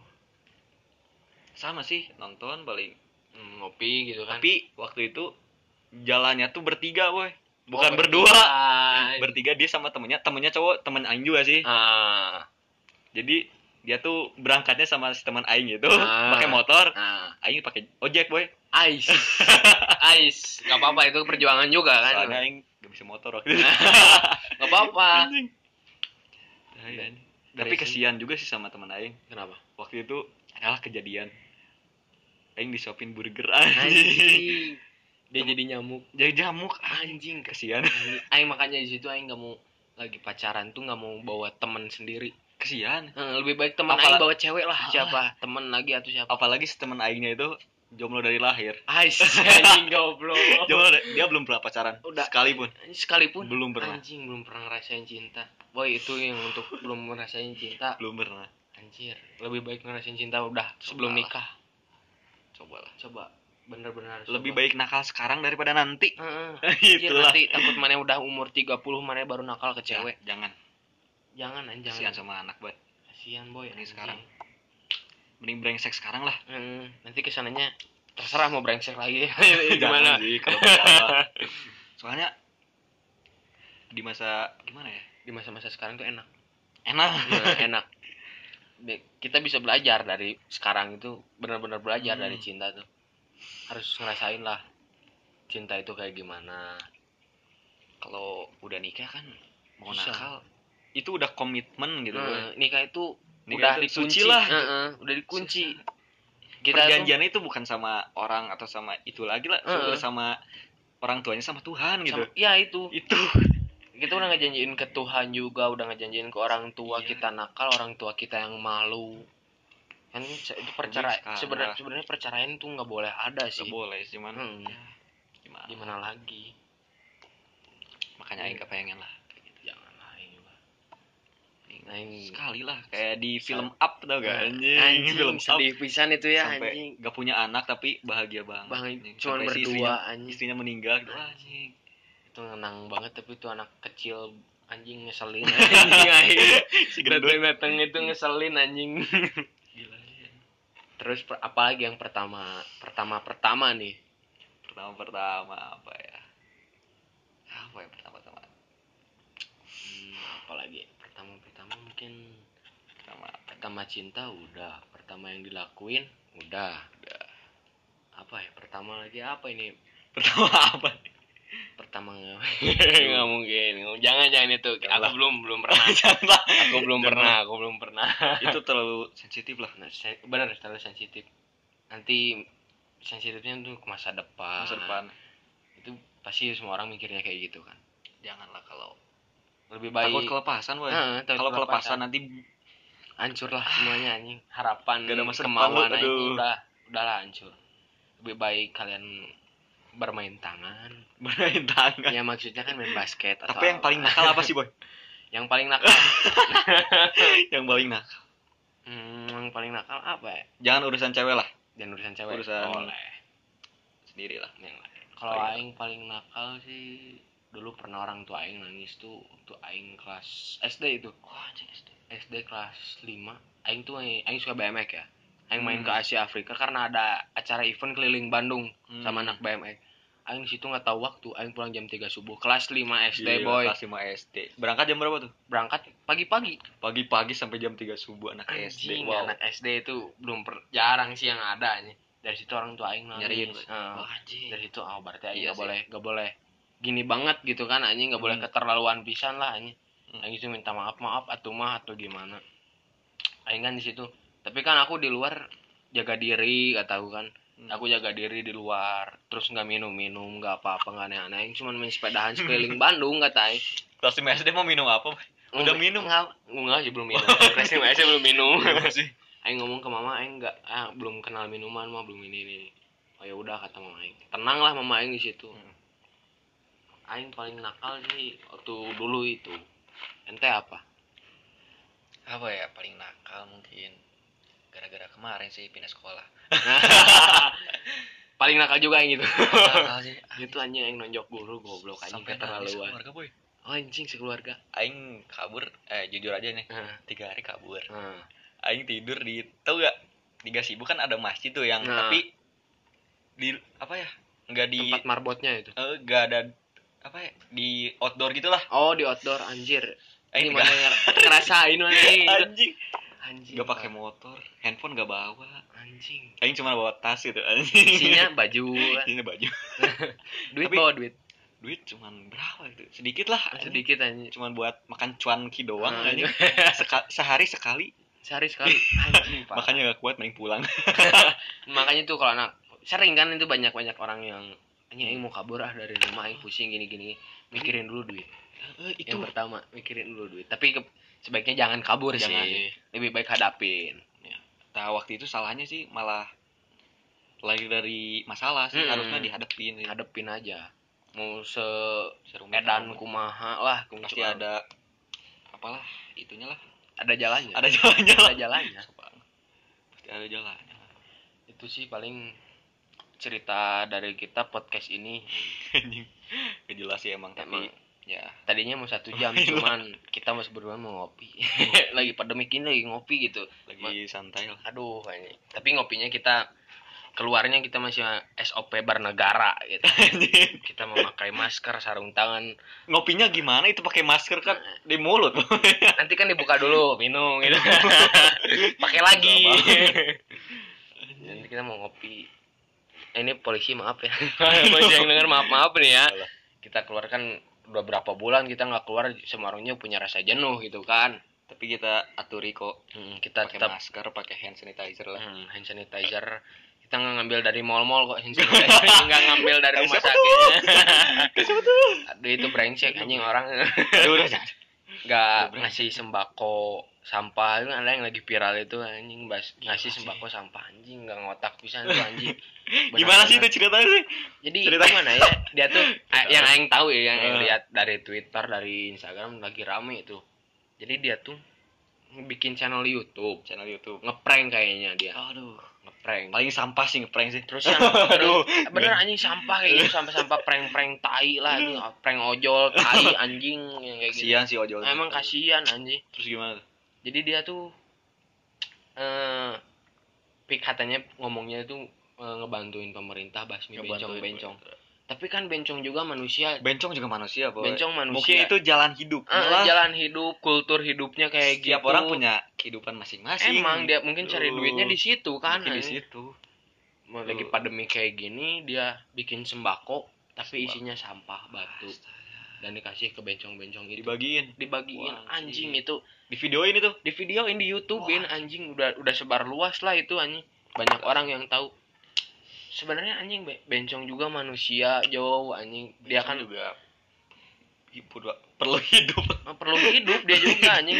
[SPEAKER 2] sama sih nonton paling
[SPEAKER 1] Hmm, ngopi gitu kan
[SPEAKER 2] tapi waktu itu jalannya tuh bertiga boy bukan
[SPEAKER 1] Oh,
[SPEAKER 2] berdua
[SPEAKER 1] berduaan.
[SPEAKER 2] bertiga dia sama temennya temennya cowok temen Aing juga sih
[SPEAKER 1] ah
[SPEAKER 2] jadi dia tuh berangkatnya sama si teman Aing gitu
[SPEAKER 1] Ah.
[SPEAKER 2] pakai motor
[SPEAKER 1] ah
[SPEAKER 2] Aing pakai ojek boy
[SPEAKER 1] ice ice nggak apa-apa itu perjuangan juga kan
[SPEAKER 2] soalnya Aing gak bisa motor waktu itu
[SPEAKER 1] Ah. nggak apa-apa
[SPEAKER 2] Anjing.
[SPEAKER 1] Iya,
[SPEAKER 2] Tai, anjing. tapi
[SPEAKER 1] Dari sini.
[SPEAKER 2] kasihan juga sih sama teman Aing
[SPEAKER 1] kenapa
[SPEAKER 2] waktu itu adalah kejadian Aing disuapin burger anjing
[SPEAKER 1] anjing dia jadi nyamuk
[SPEAKER 2] jadi jamuk
[SPEAKER 1] anjing
[SPEAKER 2] kasihan
[SPEAKER 1] Anjing. aing makanya di situ aing nggak mau lagi pacaran tuh nggak mau bawa teman sendiri
[SPEAKER 2] kasihan
[SPEAKER 1] Eh, lebih baik teman
[SPEAKER 2] Apala-
[SPEAKER 1] aing bawa cewek lah
[SPEAKER 2] Ah.
[SPEAKER 1] siapa teman lagi atau siapa
[SPEAKER 2] apalagi si teman aingnya itu jomblo dari lahir
[SPEAKER 1] Ais, anjing goblok
[SPEAKER 2] jomblo da- dia belum pernah pacaran
[SPEAKER 1] Udah.
[SPEAKER 2] sekalipun
[SPEAKER 1] sekalipun
[SPEAKER 2] belum pernah
[SPEAKER 1] anjing belum pernah ngerasain cinta boy itu yang untuk belum ngerasain cinta
[SPEAKER 2] belum pernah
[SPEAKER 1] anjir lebih baik ngerasain cinta udah sebelum
[SPEAKER 2] Cobalah.
[SPEAKER 1] nikah
[SPEAKER 2] cobalah
[SPEAKER 1] coba bener-bener harus
[SPEAKER 2] lebih
[SPEAKER 1] coba.
[SPEAKER 2] baik nakal sekarang daripada nanti
[SPEAKER 1] Heeh. Anjir,
[SPEAKER 2] itulah
[SPEAKER 1] nanti takut mana udah umur 30 mana baru nakal ke cewek
[SPEAKER 2] cewek jangan
[SPEAKER 1] jangan anjing
[SPEAKER 2] kasihan
[SPEAKER 1] jangan
[SPEAKER 2] sama anak buat
[SPEAKER 1] kasihan boy
[SPEAKER 2] Ini
[SPEAKER 1] anjing.
[SPEAKER 2] sekarang. mending brengsek sekarang lah
[SPEAKER 1] Heeh, nanti kesananya terserah mau brengsek lagi
[SPEAKER 2] Jangan
[SPEAKER 1] Iya, gimana
[SPEAKER 2] sih, kalau bercanda. soalnya di masa gimana ya
[SPEAKER 1] di masa-masa sekarang tuh enak
[SPEAKER 2] enak
[SPEAKER 1] Nah, enak Be- kita bisa belajar dari sekarang itu benar-benar belajar
[SPEAKER 2] Hmm.
[SPEAKER 1] dari cinta tuh harus ngerasain lah cinta itu kayak gimana
[SPEAKER 2] kalau udah nikah kan mau
[SPEAKER 1] Susah.
[SPEAKER 2] nakal itu udah komitmen gitu Boy.
[SPEAKER 1] Nah, nikah itu udah
[SPEAKER 2] Nikah itu
[SPEAKER 1] dikunci
[SPEAKER 2] suci lah.
[SPEAKER 1] Heeh, udah dikunci kita tuh
[SPEAKER 2] perjanjiannya itu bukan sama orang atau sama itu lagi lah
[SPEAKER 1] Heeh.
[SPEAKER 2] Sudah sama orang tuanya sama Tuhan gitu
[SPEAKER 1] sama- ya itu
[SPEAKER 2] itu
[SPEAKER 1] kita udah ngejanjiin ke Tuhan juga udah ngejanjiin ke orang tua
[SPEAKER 2] Iya.
[SPEAKER 1] kita nakal orang tua kita yang malu kan se- itu perceraian
[SPEAKER 2] sekarang
[SPEAKER 1] sebenarnya
[SPEAKER 2] lah.
[SPEAKER 1] sebenarnya perceraian tuh nggak boleh ada sih
[SPEAKER 2] Gak boleh cuman
[SPEAKER 1] Hmm.
[SPEAKER 2] ya, gimana
[SPEAKER 1] gimana lagi
[SPEAKER 2] makanya Aing gak pengen lah
[SPEAKER 1] Gitu, jangan lain juga
[SPEAKER 2] Aing-
[SPEAKER 1] Aing-
[SPEAKER 2] sekali lah kayak di
[SPEAKER 1] Sekali.
[SPEAKER 2] film Up tau gak anjing,
[SPEAKER 1] Hmm. Nah, anjing
[SPEAKER 2] film
[SPEAKER 1] sedih pisan itu ya
[SPEAKER 2] sampai
[SPEAKER 1] anjing
[SPEAKER 2] gak punya anak tapi bahagia banget
[SPEAKER 1] Bang,
[SPEAKER 2] anjing.
[SPEAKER 1] cuman
[SPEAKER 2] Sampai si
[SPEAKER 1] berdua
[SPEAKER 2] istrinya,
[SPEAKER 1] anjing
[SPEAKER 2] istrinya meninggal gitu Wah, anjing
[SPEAKER 1] itu ngenang banget tapi itu anak kecil anjing ngeselin anjing aing.
[SPEAKER 2] si
[SPEAKER 1] datang
[SPEAKER 2] gendut
[SPEAKER 1] datang itu ngeselin anjing
[SPEAKER 2] gila
[SPEAKER 1] iya.
[SPEAKER 2] anjing.
[SPEAKER 1] terus per- apalagi yang pertama pertama pertama nih
[SPEAKER 2] pertama pertama apa ya apa ya pertama pertama
[SPEAKER 1] hmm, apalagi pertama pertama mungkin
[SPEAKER 2] pertama apa?
[SPEAKER 1] pertama cinta udah pertama yang dilakuin udah
[SPEAKER 2] Udah.
[SPEAKER 1] apa ya pertama lagi apa ini
[SPEAKER 2] pertama apa
[SPEAKER 1] pertama nge- nggak mungkin jangan jangan itu
[SPEAKER 2] Jangan lah.
[SPEAKER 1] aku belum belum pernah
[SPEAKER 2] Jangan lah.
[SPEAKER 1] aku belum
[SPEAKER 2] Jangan.
[SPEAKER 1] pernah aku belum pernah
[SPEAKER 2] itu terlalu sensitif lah
[SPEAKER 1] Bener, sen- bener terlalu sensitif nanti sensitifnya tuh ke masa depan
[SPEAKER 2] masa depan
[SPEAKER 1] itu pasti semua orang mikirnya kayak gitu kan
[SPEAKER 2] janganlah kalau
[SPEAKER 1] lebih baik
[SPEAKER 2] takut kelepasan woy
[SPEAKER 1] Heeh, takut
[SPEAKER 2] kalau
[SPEAKER 1] kelepasan. Ah.
[SPEAKER 2] kelepasan nanti
[SPEAKER 1] hancur lah semuanya anjing harapan
[SPEAKER 2] Gak ada masa depan lu,
[SPEAKER 1] kemauan anjing
[SPEAKER 2] aduh.
[SPEAKER 1] udah udahlah hancur lebih baik kalian bermain tangan
[SPEAKER 2] berain tangan
[SPEAKER 1] ya maksudnya kan main basket atau
[SPEAKER 2] tapi yang
[SPEAKER 1] apa.
[SPEAKER 2] paling nakal apa sih boy
[SPEAKER 1] yang paling nakal
[SPEAKER 2] yang paling nakal
[SPEAKER 1] hmm, yang paling nakal apa ya
[SPEAKER 2] jangan urusan cewek lah
[SPEAKER 1] dan urusan cewek
[SPEAKER 2] Urusan- Oh, iya.
[SPEAKER 1] boleh
[SPEAKER 2] sendiri lah
[SPEAKER 1] yang lain. Kalau
[SPEAKER 2] Paling-
[SPEAKER 1] aing paling nakal sih dulu pernah orang tua aing nangis tuh untuk aing kelas SD itu. Oh, SD. kelas 5. Aing tuh aing, aing suka BMX ya. Aing main
[SPEAKER 2] Hmm.
[SPEAKER 1] ke Asia Afrika karena ada acara event keliling Bandung sama
[SPEAKER 2] Hmm.
[SPEAKER 1] anak BMX. Aing di situ nggak tahu waktu, aing pulang jam 3 subuh. Kelas 5 SD, boy.
[SPEAKER 2] SD boy Iya, kelas 5 SD berangkat jam berapa tuh
[SPEAKER 1] Berangkat pagi-pagi.
[SPEAKER 2] pagi-pagi sampai jam 3 subuh anak
[SPEAKER 1] Anjing,
[SPEAKER 2] SD wow
[SPEAKER 1] anak SD itu belum per- jarang sih yang ada anjing. Dari situ orang tua aing nangis.
[SPEAKER 2] nyariin Boy.
[SPEAKER 1] Heeh.
[SPEAKER 2] Wah, anjing
[SPEAKER 1] dari situ oh berarti aing
[SPEAKER 2] Iya
[SPEAKER 1] nggak
[SPEAKER 2] sih.
[SPEAKER 1] boleh nggak boleh gini banget gitu kan anjing nggak boleh
[SPEAKER 2] Hmm.
[SPEAKER 1] keterlaluan pisan lah anjing
[SPEAKER 2] Hmm.
[SPEAKER 1] aing itu minta maaf maaf atau mah atau gimana aing kan di situ tapi kan aku di luar jaga diri gak tahu kan
[SPEAKER 2] Hmm.
[SPEAKER 1] aku jaga diri di luar terus nggak minum minum nggak apa apa nggak aneh aneh aing cuma main sepedahan sekeliling Bandung kata aing
[SPEAKER 2] kelas 5 SD mau minum apa Boy? Udah minum?
[SPEAKER 1] Enggak, enggak sih belum minum. Testing aja belum minum. Aing ngomong ke mama, aing enggak ah, belum kenal minuman mah belum ini ini. Oh ya udah kata mama aing. Tenang lah mama aing di situ.
[SPEAKER 2] Hmm.
[SPEAKER 1] Aing paling nakal sih waktu dulu itu. Ente apa?
[SPEAKER 3] apa ya paling nakal mungkin gara-gara kemarin sih pindah sekolah
[SPEAKER 1] paling nakal juga aing itu.
[SPEAKER 3] nakal sih
[SPEAKER 1] itu anjing aing nonjok guru goblok anjing
[SPEAKER 3] sampai nangis
[SPEAKER 1] keterlaluan.
[SPEAKER 3] keluarga boy
[SPEAKER 1] Oh, anjing sekeluarga.
[SPEAKER 3] aing kabur eh jujur aja nih
[SPEAKER 1] Heeh.
[SPEAKER 3] tiga hari kabur
[SPEAKER 1] Heeh.
[SPEAKER 3] aing tidur di tau gak di Gasibu kan ada masjid tuh yang
[SPEAKER 1] Nah.
[SPEAKER 3] tapi di apa ya nggak di
[SPEAKER 1] Tempat marbotnya itu.
[SPEAKER 3] eh, nggak ada apa ya di outdoor gitulah
[SPEAKER 1] Oh, di outdoor anjir.
[SPEAKER 3] Eh,
[SPEAKER 1] Ini
[SPEAKER 3] tiga-
[SPEAKER 1] mana yang ngerasain mana ini?
[SPEAKER 3] anjing
[SPEAKER 1] Iya. Anjing.
[SPEAKER 2] Gak pakai motor, handphone gak bawa.
[SPEAKER 1] anjing.
[SPEAKER 2] Aing cuma bawa tas gitu anjing.
[SPEAKER 1] Isinya baju,
[SPEAKER 2] Isinya baju.
[SPEAKER 1] duit
[SPEAKER 2] Tapi-
[SPEAKER 1] bawa duit
[SPEAKER 2] Duit cuman berapa gitu? Sedikit lah.
[SPEAKER 1] sedikit
[SPEAKER 2] Sedikit.
[SPEAKER 1] anjing.
[SPEAKER 2] Cuman buat makan cuanki doang
[SPEAKER 1] Ah,
[SPEAKER 2] anjing. Seka- sehari sekali.
[SPEAKER 1] Sehari sekali. Anjing, parah.
[SPEAKER 2] Makanya gak kuat mending pulang.
[SPEAKER 1] makanya tuh kalau anak sering kan itu banyak-banyak orang yang anjing aing mau kabur ah dari rumah aing pusing gini-gini. Mikirin dulu duit.
[SPEAKER 2] Eh, itu Iya
[SPEAKER 1] Yang pertama, mikirin dulu duit. Tapi ke- sebaiknya jangan kabur
[SPEAKER 2] Jangan,
[SPEAKER 1] sih. Lebih baik hadapin.
[SPEAKER 2] Nah, waktu itu salahnya sih malah lari dari masalah sih
[SPEAKER 1] Mm-mm.
[SPEAKER 2] harusnya dihadapin sih.
[SPEAKER 1] Hadapin aja. Mau se
[SPEAKER 2] Serumit
[SPEAKER 1] edan
[SPEAKER 2] apapun.
[SPEAKER 1] kumaha gitu lah kumaha.
[SPEAKER 2] Iya. pasti ada apalah itunya lah
[SPEAKER 1] ada jalannya.
[SPEAKER 2] ada jalannya
[SPEAKER 1] Ya.
[SPEAKER 2] lah
[SPEAKER 1] ada jalannya.
[SPEAKER 2] pasti ada jalannya lah.
[SPEAKER 1] itu sih paling cerita dari kita podcast ini
[SPEAKER 2] anjing Gak jelas sih emang tapi
[SPEAKER 1] Emang.
[SPEAKER 2] ya
[SPEAKER 1] tadinya mau satu jam cuman kita masih berdua mau ngopi lagi pandemik ini lagi ngopi gitu
[SPEAKER 2] lagi
[SPEAKER 1] Ma-
[SPEAKER 2] santai lah
[SPEAKER 1] aduh ini. tapi ngopinya kita keluarnya kita masih SOP bernegara gitu kita memakai masker sarung tangan
[SPEAKER 2] ngopinya gimana itu pakai masker kan
[SPEAKER 1] Nah.
[SPEAKER 2] di mulut
[SPEAKER 1] nanti kan dibuka dulu minum gitu pakai lagi nanti kita mau ngopi Eh, ini polisi maaf ya polisi yang denger maaf maaf nih ya
[SPEAKER 2] Salah.
[SPEAKER 1] kita keluarkan udah berapa bulan kita nggak keluar Semarangnya punya rasa jenuh gitu kan
[SPEAKER 2] tapi kita aturi kok
[SPEAKER 1] Hmm, kita
[SPEAKER 2] pakai
[SPEAKER 1] tetap
[SPEAKER 2] masker pakai hand sanitizer lah
[SPEAKER 1] hmm, hand sanitizer kita nggak ngambil dari mall-mall kok hand sanitizer nggak ngambil dari rumah sakit aduh itu brengsek anjing orang
[SPEAKER 2] aduh udah jangan
[SPEAKER 1] nggak
[SPEAKER 2] Goblok.
[SPEAKER 1] ngasih sembako sampah itu kan ada yang lagi viral itu anjing bas
[SPEAKER 2] Gila
[SPEAKER 1] ngasih
[SPEAKER 2] sih.
[SPEAKER 1] sembako sampah anjing nggak ngotak bisa tuh anjing
[SPEAKER 2] gimana sih
[SPEAKER 1] Benar-benar.
[SPEAKER 2] itu ceritanya sih
[SPEAKER 1] jadi
[SPEAKER 2] cerita?
[SPEAKER 1] gimana ya dia tuh a- yang aing tahu ya yang aing
[SPEAKER 2] Eh.
[SPEAKER 1] lihat dari twitter dari instagram lagi rame itu jadi dia tuh bikin channel YouTube
[SPEAKER 2] channel YouTube
[SPEAKER 1] ngeprank kayaknya dia
[SPEAKER 2] aduh
[SPEAKER 1] ngeprank
[SPEAKER 2] paling sampah sih ngeprank sih
[SPEAKER 1] terus yang
[SPEAKER 2] Aduh.
[SPEAKER 1] terus- bener anjing sampah kayak gitu sampah-sampah prank-prank tai lah itu prank ojol tai anjing yang kayak gitu
[SPEAKER 2] kasihan sih ojol
[SPEAKER 1] emang kasihan anjing
[SPEAKER 2] terus gimana tuh?
[SPEAKER 1] jadi dia tuh eh pik katanya ngomongnya itu eh, ngebantuin pemerintah basmi
[SPEAKER 2] Ngebantuin
[SPEAKER 1] bencong-bencong tapi kan bencong juga manusia
[SPEAKER 2] bencong juga manusia boy
[SPEAKER 1] bencong manusia
[SPEAKER 2] mungkin itu jalan hidup
[SPEAKER 1] Eh,
[SPEAKER 2] Malah
[SPEAKER 1] jalan hidup kultur hidupnya kayak
[SPEAKER 2] setiap
[SPEAKER 1] gitu.
[SPEAKER 2] orang punya kehidupan masing-masing
[SPEAKER 1] emang dia mungkin cari
[SPEAKER 2] Aduh.
[SPEAKER 1] duitnya di situ kan
[SPEAKER 2] Mungkin di
[SPEAKER 1] anjing.
[SPEAKER 2] situ
[SPEAKER 1] Mau lagi pandemi kayak gini dia bikin sembako tapi isinya sampah batu dan dikasih ke bencong-bencong itu iya.
[SPEAKER 2] dibagiin
[SPEAKER 1] dibagiin
[SPEAKER 2] Wah,
[SPEAKER 1] anjing
[SPEAKER 2] anjing.
[SPEAKER 1] itu
[SPEAKER 2] di video ini tuh
[SPEAKER 1] di videoin di YouTube
[SPEAKER 2] Wah.
[SPEAKER 1] bin anjing udah udah sebar luas lah itu anjing banyak orang yang tahu sebenarnya anjing be- bencong juga manusia jauh anjing dia kan
[SPEAKER 2] juga i- perlu- perlu hidup
[SPEAKER 1] perlu hidup dia juga anjing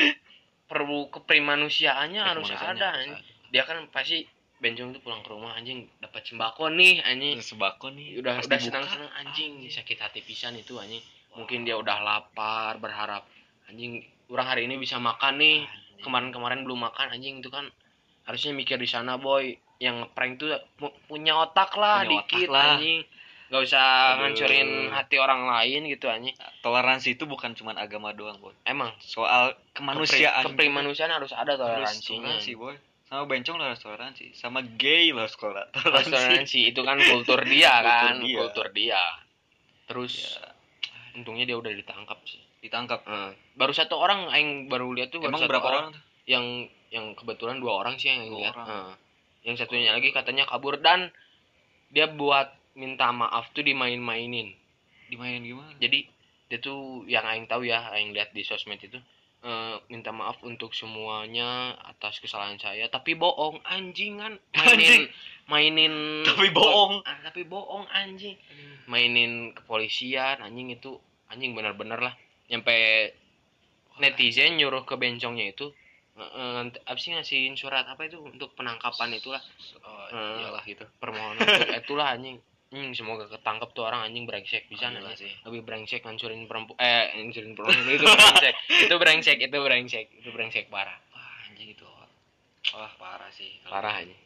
[SPEAKER 1] perlu keprimanusiaannya harus ada anjing dia kan pasti bencong itu pulang ke rumah anjing dapat sembako nih anjing
[SPEAKER 2] sebako nih
[SPEAKER 1] udah
[SPEAKER 2] pas
[SPEAKER 1] udah
[SPEAKER 2] dibuka,
[SPEAKER 1] senang senang anjing sakit hati pisan itu anjing mungkin dia udah lapar berharap anjing orang hari ini bisa makan nih
[SPEAKER 2] anjing.
[SPEAKER 1] kemarin-kemarin belum makan anjing itu kan harusnya mikir di sana boy yang ngeprank tuh pu- punya otak lah
[SPEAKER 2] Punya otak
[SPEAKER 1] dikit
[SPEAKER 2] lah.
[SPEAKER 1] anjing nggak usah
[SPEAKER 2] Aduh.
[SPEAKER 1] ngancurin hati orang lain gitu anjing
[SPEAKER 2] toleransi itu bukan cuman agama doang boy
[SPEAKER 1] emang
[SPEAKER 2] soal kemanusiaan
[SPEAKER 1] kepri kemanusiaan harus ada
[SPEAKER 2] harus
[SPEAKER 1] toleransinya
[SPEAKER 2] toleransi boy sama bencong lo harus toleransi sama gay lo harus tolera-
[SPEAKER 1] Harus
[SPEAKER 2] toleransi
[SPEAKER 1] toleransi itu kan kultur dia
[SPEAKER 2] Kultur
[SPEAKER 1] kan
[SPEAKER 2] dia.
[SPEAKER 1] kultur dia terus
[SPEAKER 2] Ya,
[SPEAKER 1] untungnya dia udah ditangkap sih
[SPEAKER 2] ditangkap
[SPEAKER 1] Eh, baru satu orang aing baru lihat tuh baru
[SPEAKER 2] emang
[SPEAKER 1] satu
[SPEAKER 2] berapa orang tuh
[SPEAKER 1] yang yang kebetulan dua orang sih yang
[SPEAKER 2] Dua
[SPEAKER 1] lihat.
[SPEAKER 2] orang.
[SPEAKER 1] Heeh. yang satunya lagi katanya kabur dan dia buat minta maaf tuh dimain-mainin.
[SPEAKER 2] dimainin gimana
[SPEAKER 1] Jadi dia tuh yang aing tahu ya, aing lihat di sosmed itu eh, minta maaf untuk semuanya atas kesalahan saya, tapi bohong anjing kan
[SPEAKER 2] Anjing.
[SPEAKER 1] mainin mainin
[SPEAKER 2] Tapi bohong.
[SPEAKER 1] Ah, tapi bohong anjing. Mainin kepolisian anjing itu anjing benar-benar lah nyampe netizen nyuruh ke bencongnya itu nge- nge- nge- apa sih ngasihin surat apa itu untuk penangkapan itulah
[SPEAKER 3] oh
[SPEAKER 1] Eh.
[SPEAKER 3] iyalah gitu
[SPEAKER 1] permohonan untuk itulah anjing Hmm, semoga ketangkep tuh orang anjing brengsek bisa
[SPEAKER 3] Alhamdulillah
[SPEAKER 1] anjing.
[SPEAKER 3] sih
[SPEAKER 1] lebih brengsek ngancurin perempuan eh ngancurin perempuan itu brengsek itu brengsek itu brengsek itu brengsek parah
[SPEAKER 3] wah anjing itu wah parah sih kalau-
[SPEAKER 1] parah anjing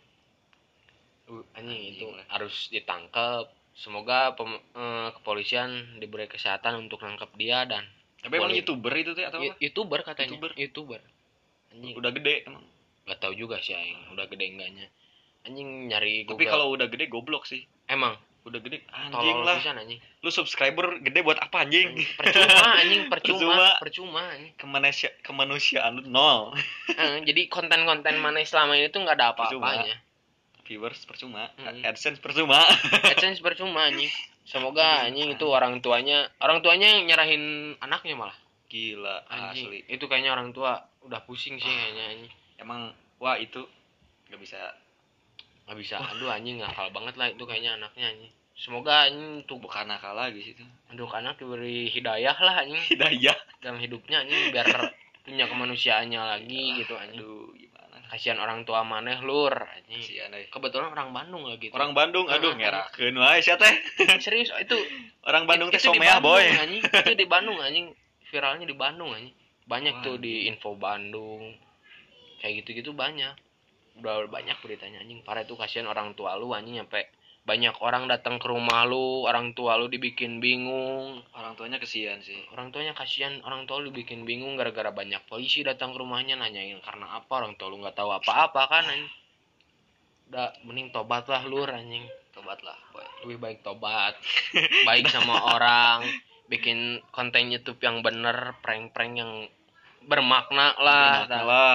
[SPEAKER 1] Uh, anjing itu
[SPEAKER 3] Anjing lah.
[SPEAKER 1] harus ditangkep semoga pem- eh, kepolisian diberi kesehatan untuk nangkep dia dan
[SPEAKER 2] Tapi emang
[SPEAKER 1] Boleh. Iya.
[SPEAKER 2] youtuber itu teh atau
[SPEAKER 1] Y-
[SPEAKER 2] apa?
[SPEAKER 1] youtuber katanya
[SPEAKER 2] Youtuber.
[SPEAKER 1] youtuber anjing
[SPEAKER 2] Udah gede emang.
[SPEAKER 1] gak tahu juga sih aing udah gede enggaknya anjing nyari
[SPEAKER 2] Tapi
[SPEAKER 1] Google.
[SPEAKER 2] kalau udah gede goblok sih.
[SPEAKER 1] emang
[SPEAKER 2] Udah gede anjing
[SPEAKER 1] tolol
[SPEAKER 2] lah.
[SPEAKER 1] pisan anjing
[SPEAKER 2] Lu subscriber gede buat apa anjing?
[SPEAKER 1] percuma anjing percuma
[SPEAKER 2] Percuma.
[SPEAKER 1] percuma anjing.
[SPEAKER 2] Kemanusia kemanusiaan lu nol.
[SPEAKER 1] Eh, jadi konten-konten mana selama ini tuh nggak ada apa-apanya
[SPEAKER 2] Viewers percuma,
[SPEAKER 1] Mm.
[SPEAKER 2] AdSense percuma.
[SPEAKER 1] AdSense percuma anjing semoga anjing itu orang tuanya orang tuanya yang nyerahin anaknya malah
[SPEAKER 2] Gila
[SPEAKER 1] anjing
[SPEAKER 2] asli.
[SPEAKER 1] itu kayaknya orang tua udah pusing sih
[SPEAKER 2] Wah.
[SPEAKER 1] kayaknya anjing
[SPEAKER 2] Emang wah itu nggak bisa
[SPEAKER 1] nggak bisa
[SPEAKER 2] Ah.
[SPEAKER 1] aduh anjing ngakal banget lah itu kayaknya anaknya anjing semoga anjing tuh
[SPEAKER 2] bukan nakal lagi sih itu. iya.
[SPEAKER 1] untuk anak diberi hidayah lah anjing
[SPEAKER 2] Hidayah.
[SPEAKER 1] dalam hidupnya anjing biar punya kemanusiaannya lagi gitu anjing
[SPEAKER 2] Aduh, gimana?
[SPEAKER 1] kasihan orang tua maneh lur anjing
[SPEAKER 2] Kasihan euy.
[SPEAKER 1] kebetulan orang Bandung lagi tuh.
[SPEAKER 2] Orang Bandung, aduh
[SPEAKER 1] Ah,
[SPEAKER 2] ngerakeun wae sia teh.
[SPEAKER 1] serius itu
[SPEAKER 2] Orang Bandung teh
[SPEAKER 1] itu di
[SPEAKER 2] somea boy.
[SPEAKER 1] anjing. itu di Bandung anjing viralnya di Bandung anjing banyak
[SPEAKER 2] Wah,
[SPEAKER 1] tuh di info Bandung kayak gitu gitu banyak udah banyak beritanya anjing parah itu kasihan orang tua lu anjing nyampe banyak orang datang ke rumah lu orang tua lu dibikin bingung
[SPEAKER 2] Orang tuanya kesian sih.
[SPEAKER 1] orang tuanya kasihan orang tua lu bikin bingung gara-gara banyak polisi datang ke rumahnya nanyain karena apa orang tua lu nggak tahu apa-apa kan anjing udah mending tobat lah lu anjing
[SPEAKER 2] Tobatlah, boy.
[SPEAKER 1] lebih baik tobat baik sama orang bikin konten YouTube yang bener prank-prank yang bermakna lah
[SPEAKER 2] Bermakna lah.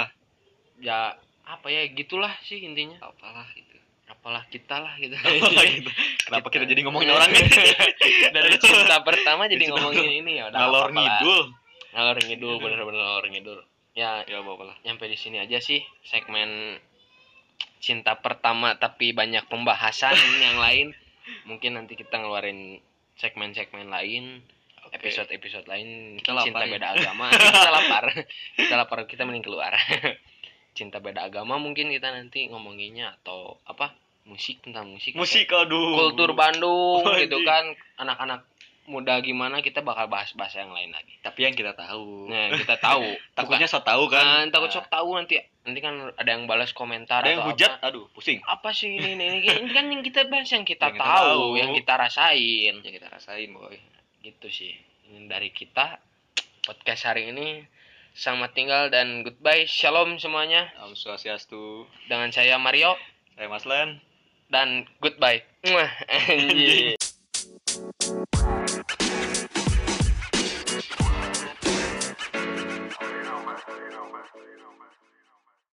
[SPEAKER 1] ya apa ya gitulah sih intinya
[SPEAKER 2] Apalah gitu.
[SPEAKER 1] apalah kita lah gitu
[SPEAKER 2] Apalah gitu. Kenapa kita jadi ngomongin orang nih?
[SPEAKER 1] dari cinta pertama jadi
[SPEAKER 2] Cinta
[SPEAKER 1] ngomongin ini ya udah apa-apa
[SPEAKER 2] Ngalor
[SPEAKER 1] lah.
[SPEAKER 2] ngidul.
[SPEAKER 1] ngalor ngidul bener-bener ngalor ngidul ya
[SPEAKER 2] Ya apa-apa lah.
[SPEAKER 1] nyampe di sini aja sih segmen cinta pertama tapi banyak pembahasan yang lain mungkin nanti kita ngeluarin segmen-segmen lain episode-episode lain
[SPEAKER 2] Kita
[SPEAKER 1] cinta
[SPEAKER 2] lapar, ya.
[SPEAKER 1] beda agama kita lapar kita lapar kita mending keluar cinta beda agama mungkin kita nanti ngomonginnya atau apa musik tentang musik
[SPEAKER 2] Musik aduh.
[SPEAKER 1] atau kultur Bandung
[SPEAKER 2] Wah,
[SPEAKER 1] gitu
[SPEAKER 2] anjing.
[SPEAKER 1] kan anak-anak muda gimana kita bakal bahas bahas yang lain lagi
[SPEAKER 2] Tapi yang kita tahu.
[SPEAKER 1] nah kita tahu Bukan-
[SPEAKER 2] Takutnya sok tahu kan.
[SPEAKER 1] Kan, takut
[SPEAKER 2] Nah,
[SPEAKER 1] sok tahu nanti nanti kan ada yang balas komentar
[SPEAKER 2] Ada yang
[SPEAKER 1] atau
[SPEAKER 2] hujat,
[SPEAKER 1] apa.
[SPEAKER 2] aduh pusing.
[SPEAKER 1] Apa sih ini ini, ini? Ini kan yang kita bahas yang kita,
[SPEAKER 2] Yang kita
[SPEAKER 1] tahu,
[SPEAKER 2] tahu.
[SPEAKER 1] yang kita rasain
[SPEAKER 2] Yang kita rasain, boy.
[SPEAKER 1] gitu sih ini dari kita podcast hari ini selamat tinggal dan goodbye shalom semuanya
[SPEAKER 2] Om Swastiastu.
[SPEAKER 1] dengan saya Mario
[SPEAKER 2] Saya Mas Len.
[SPEAKER 1] dan goodbye Mwah, anjing.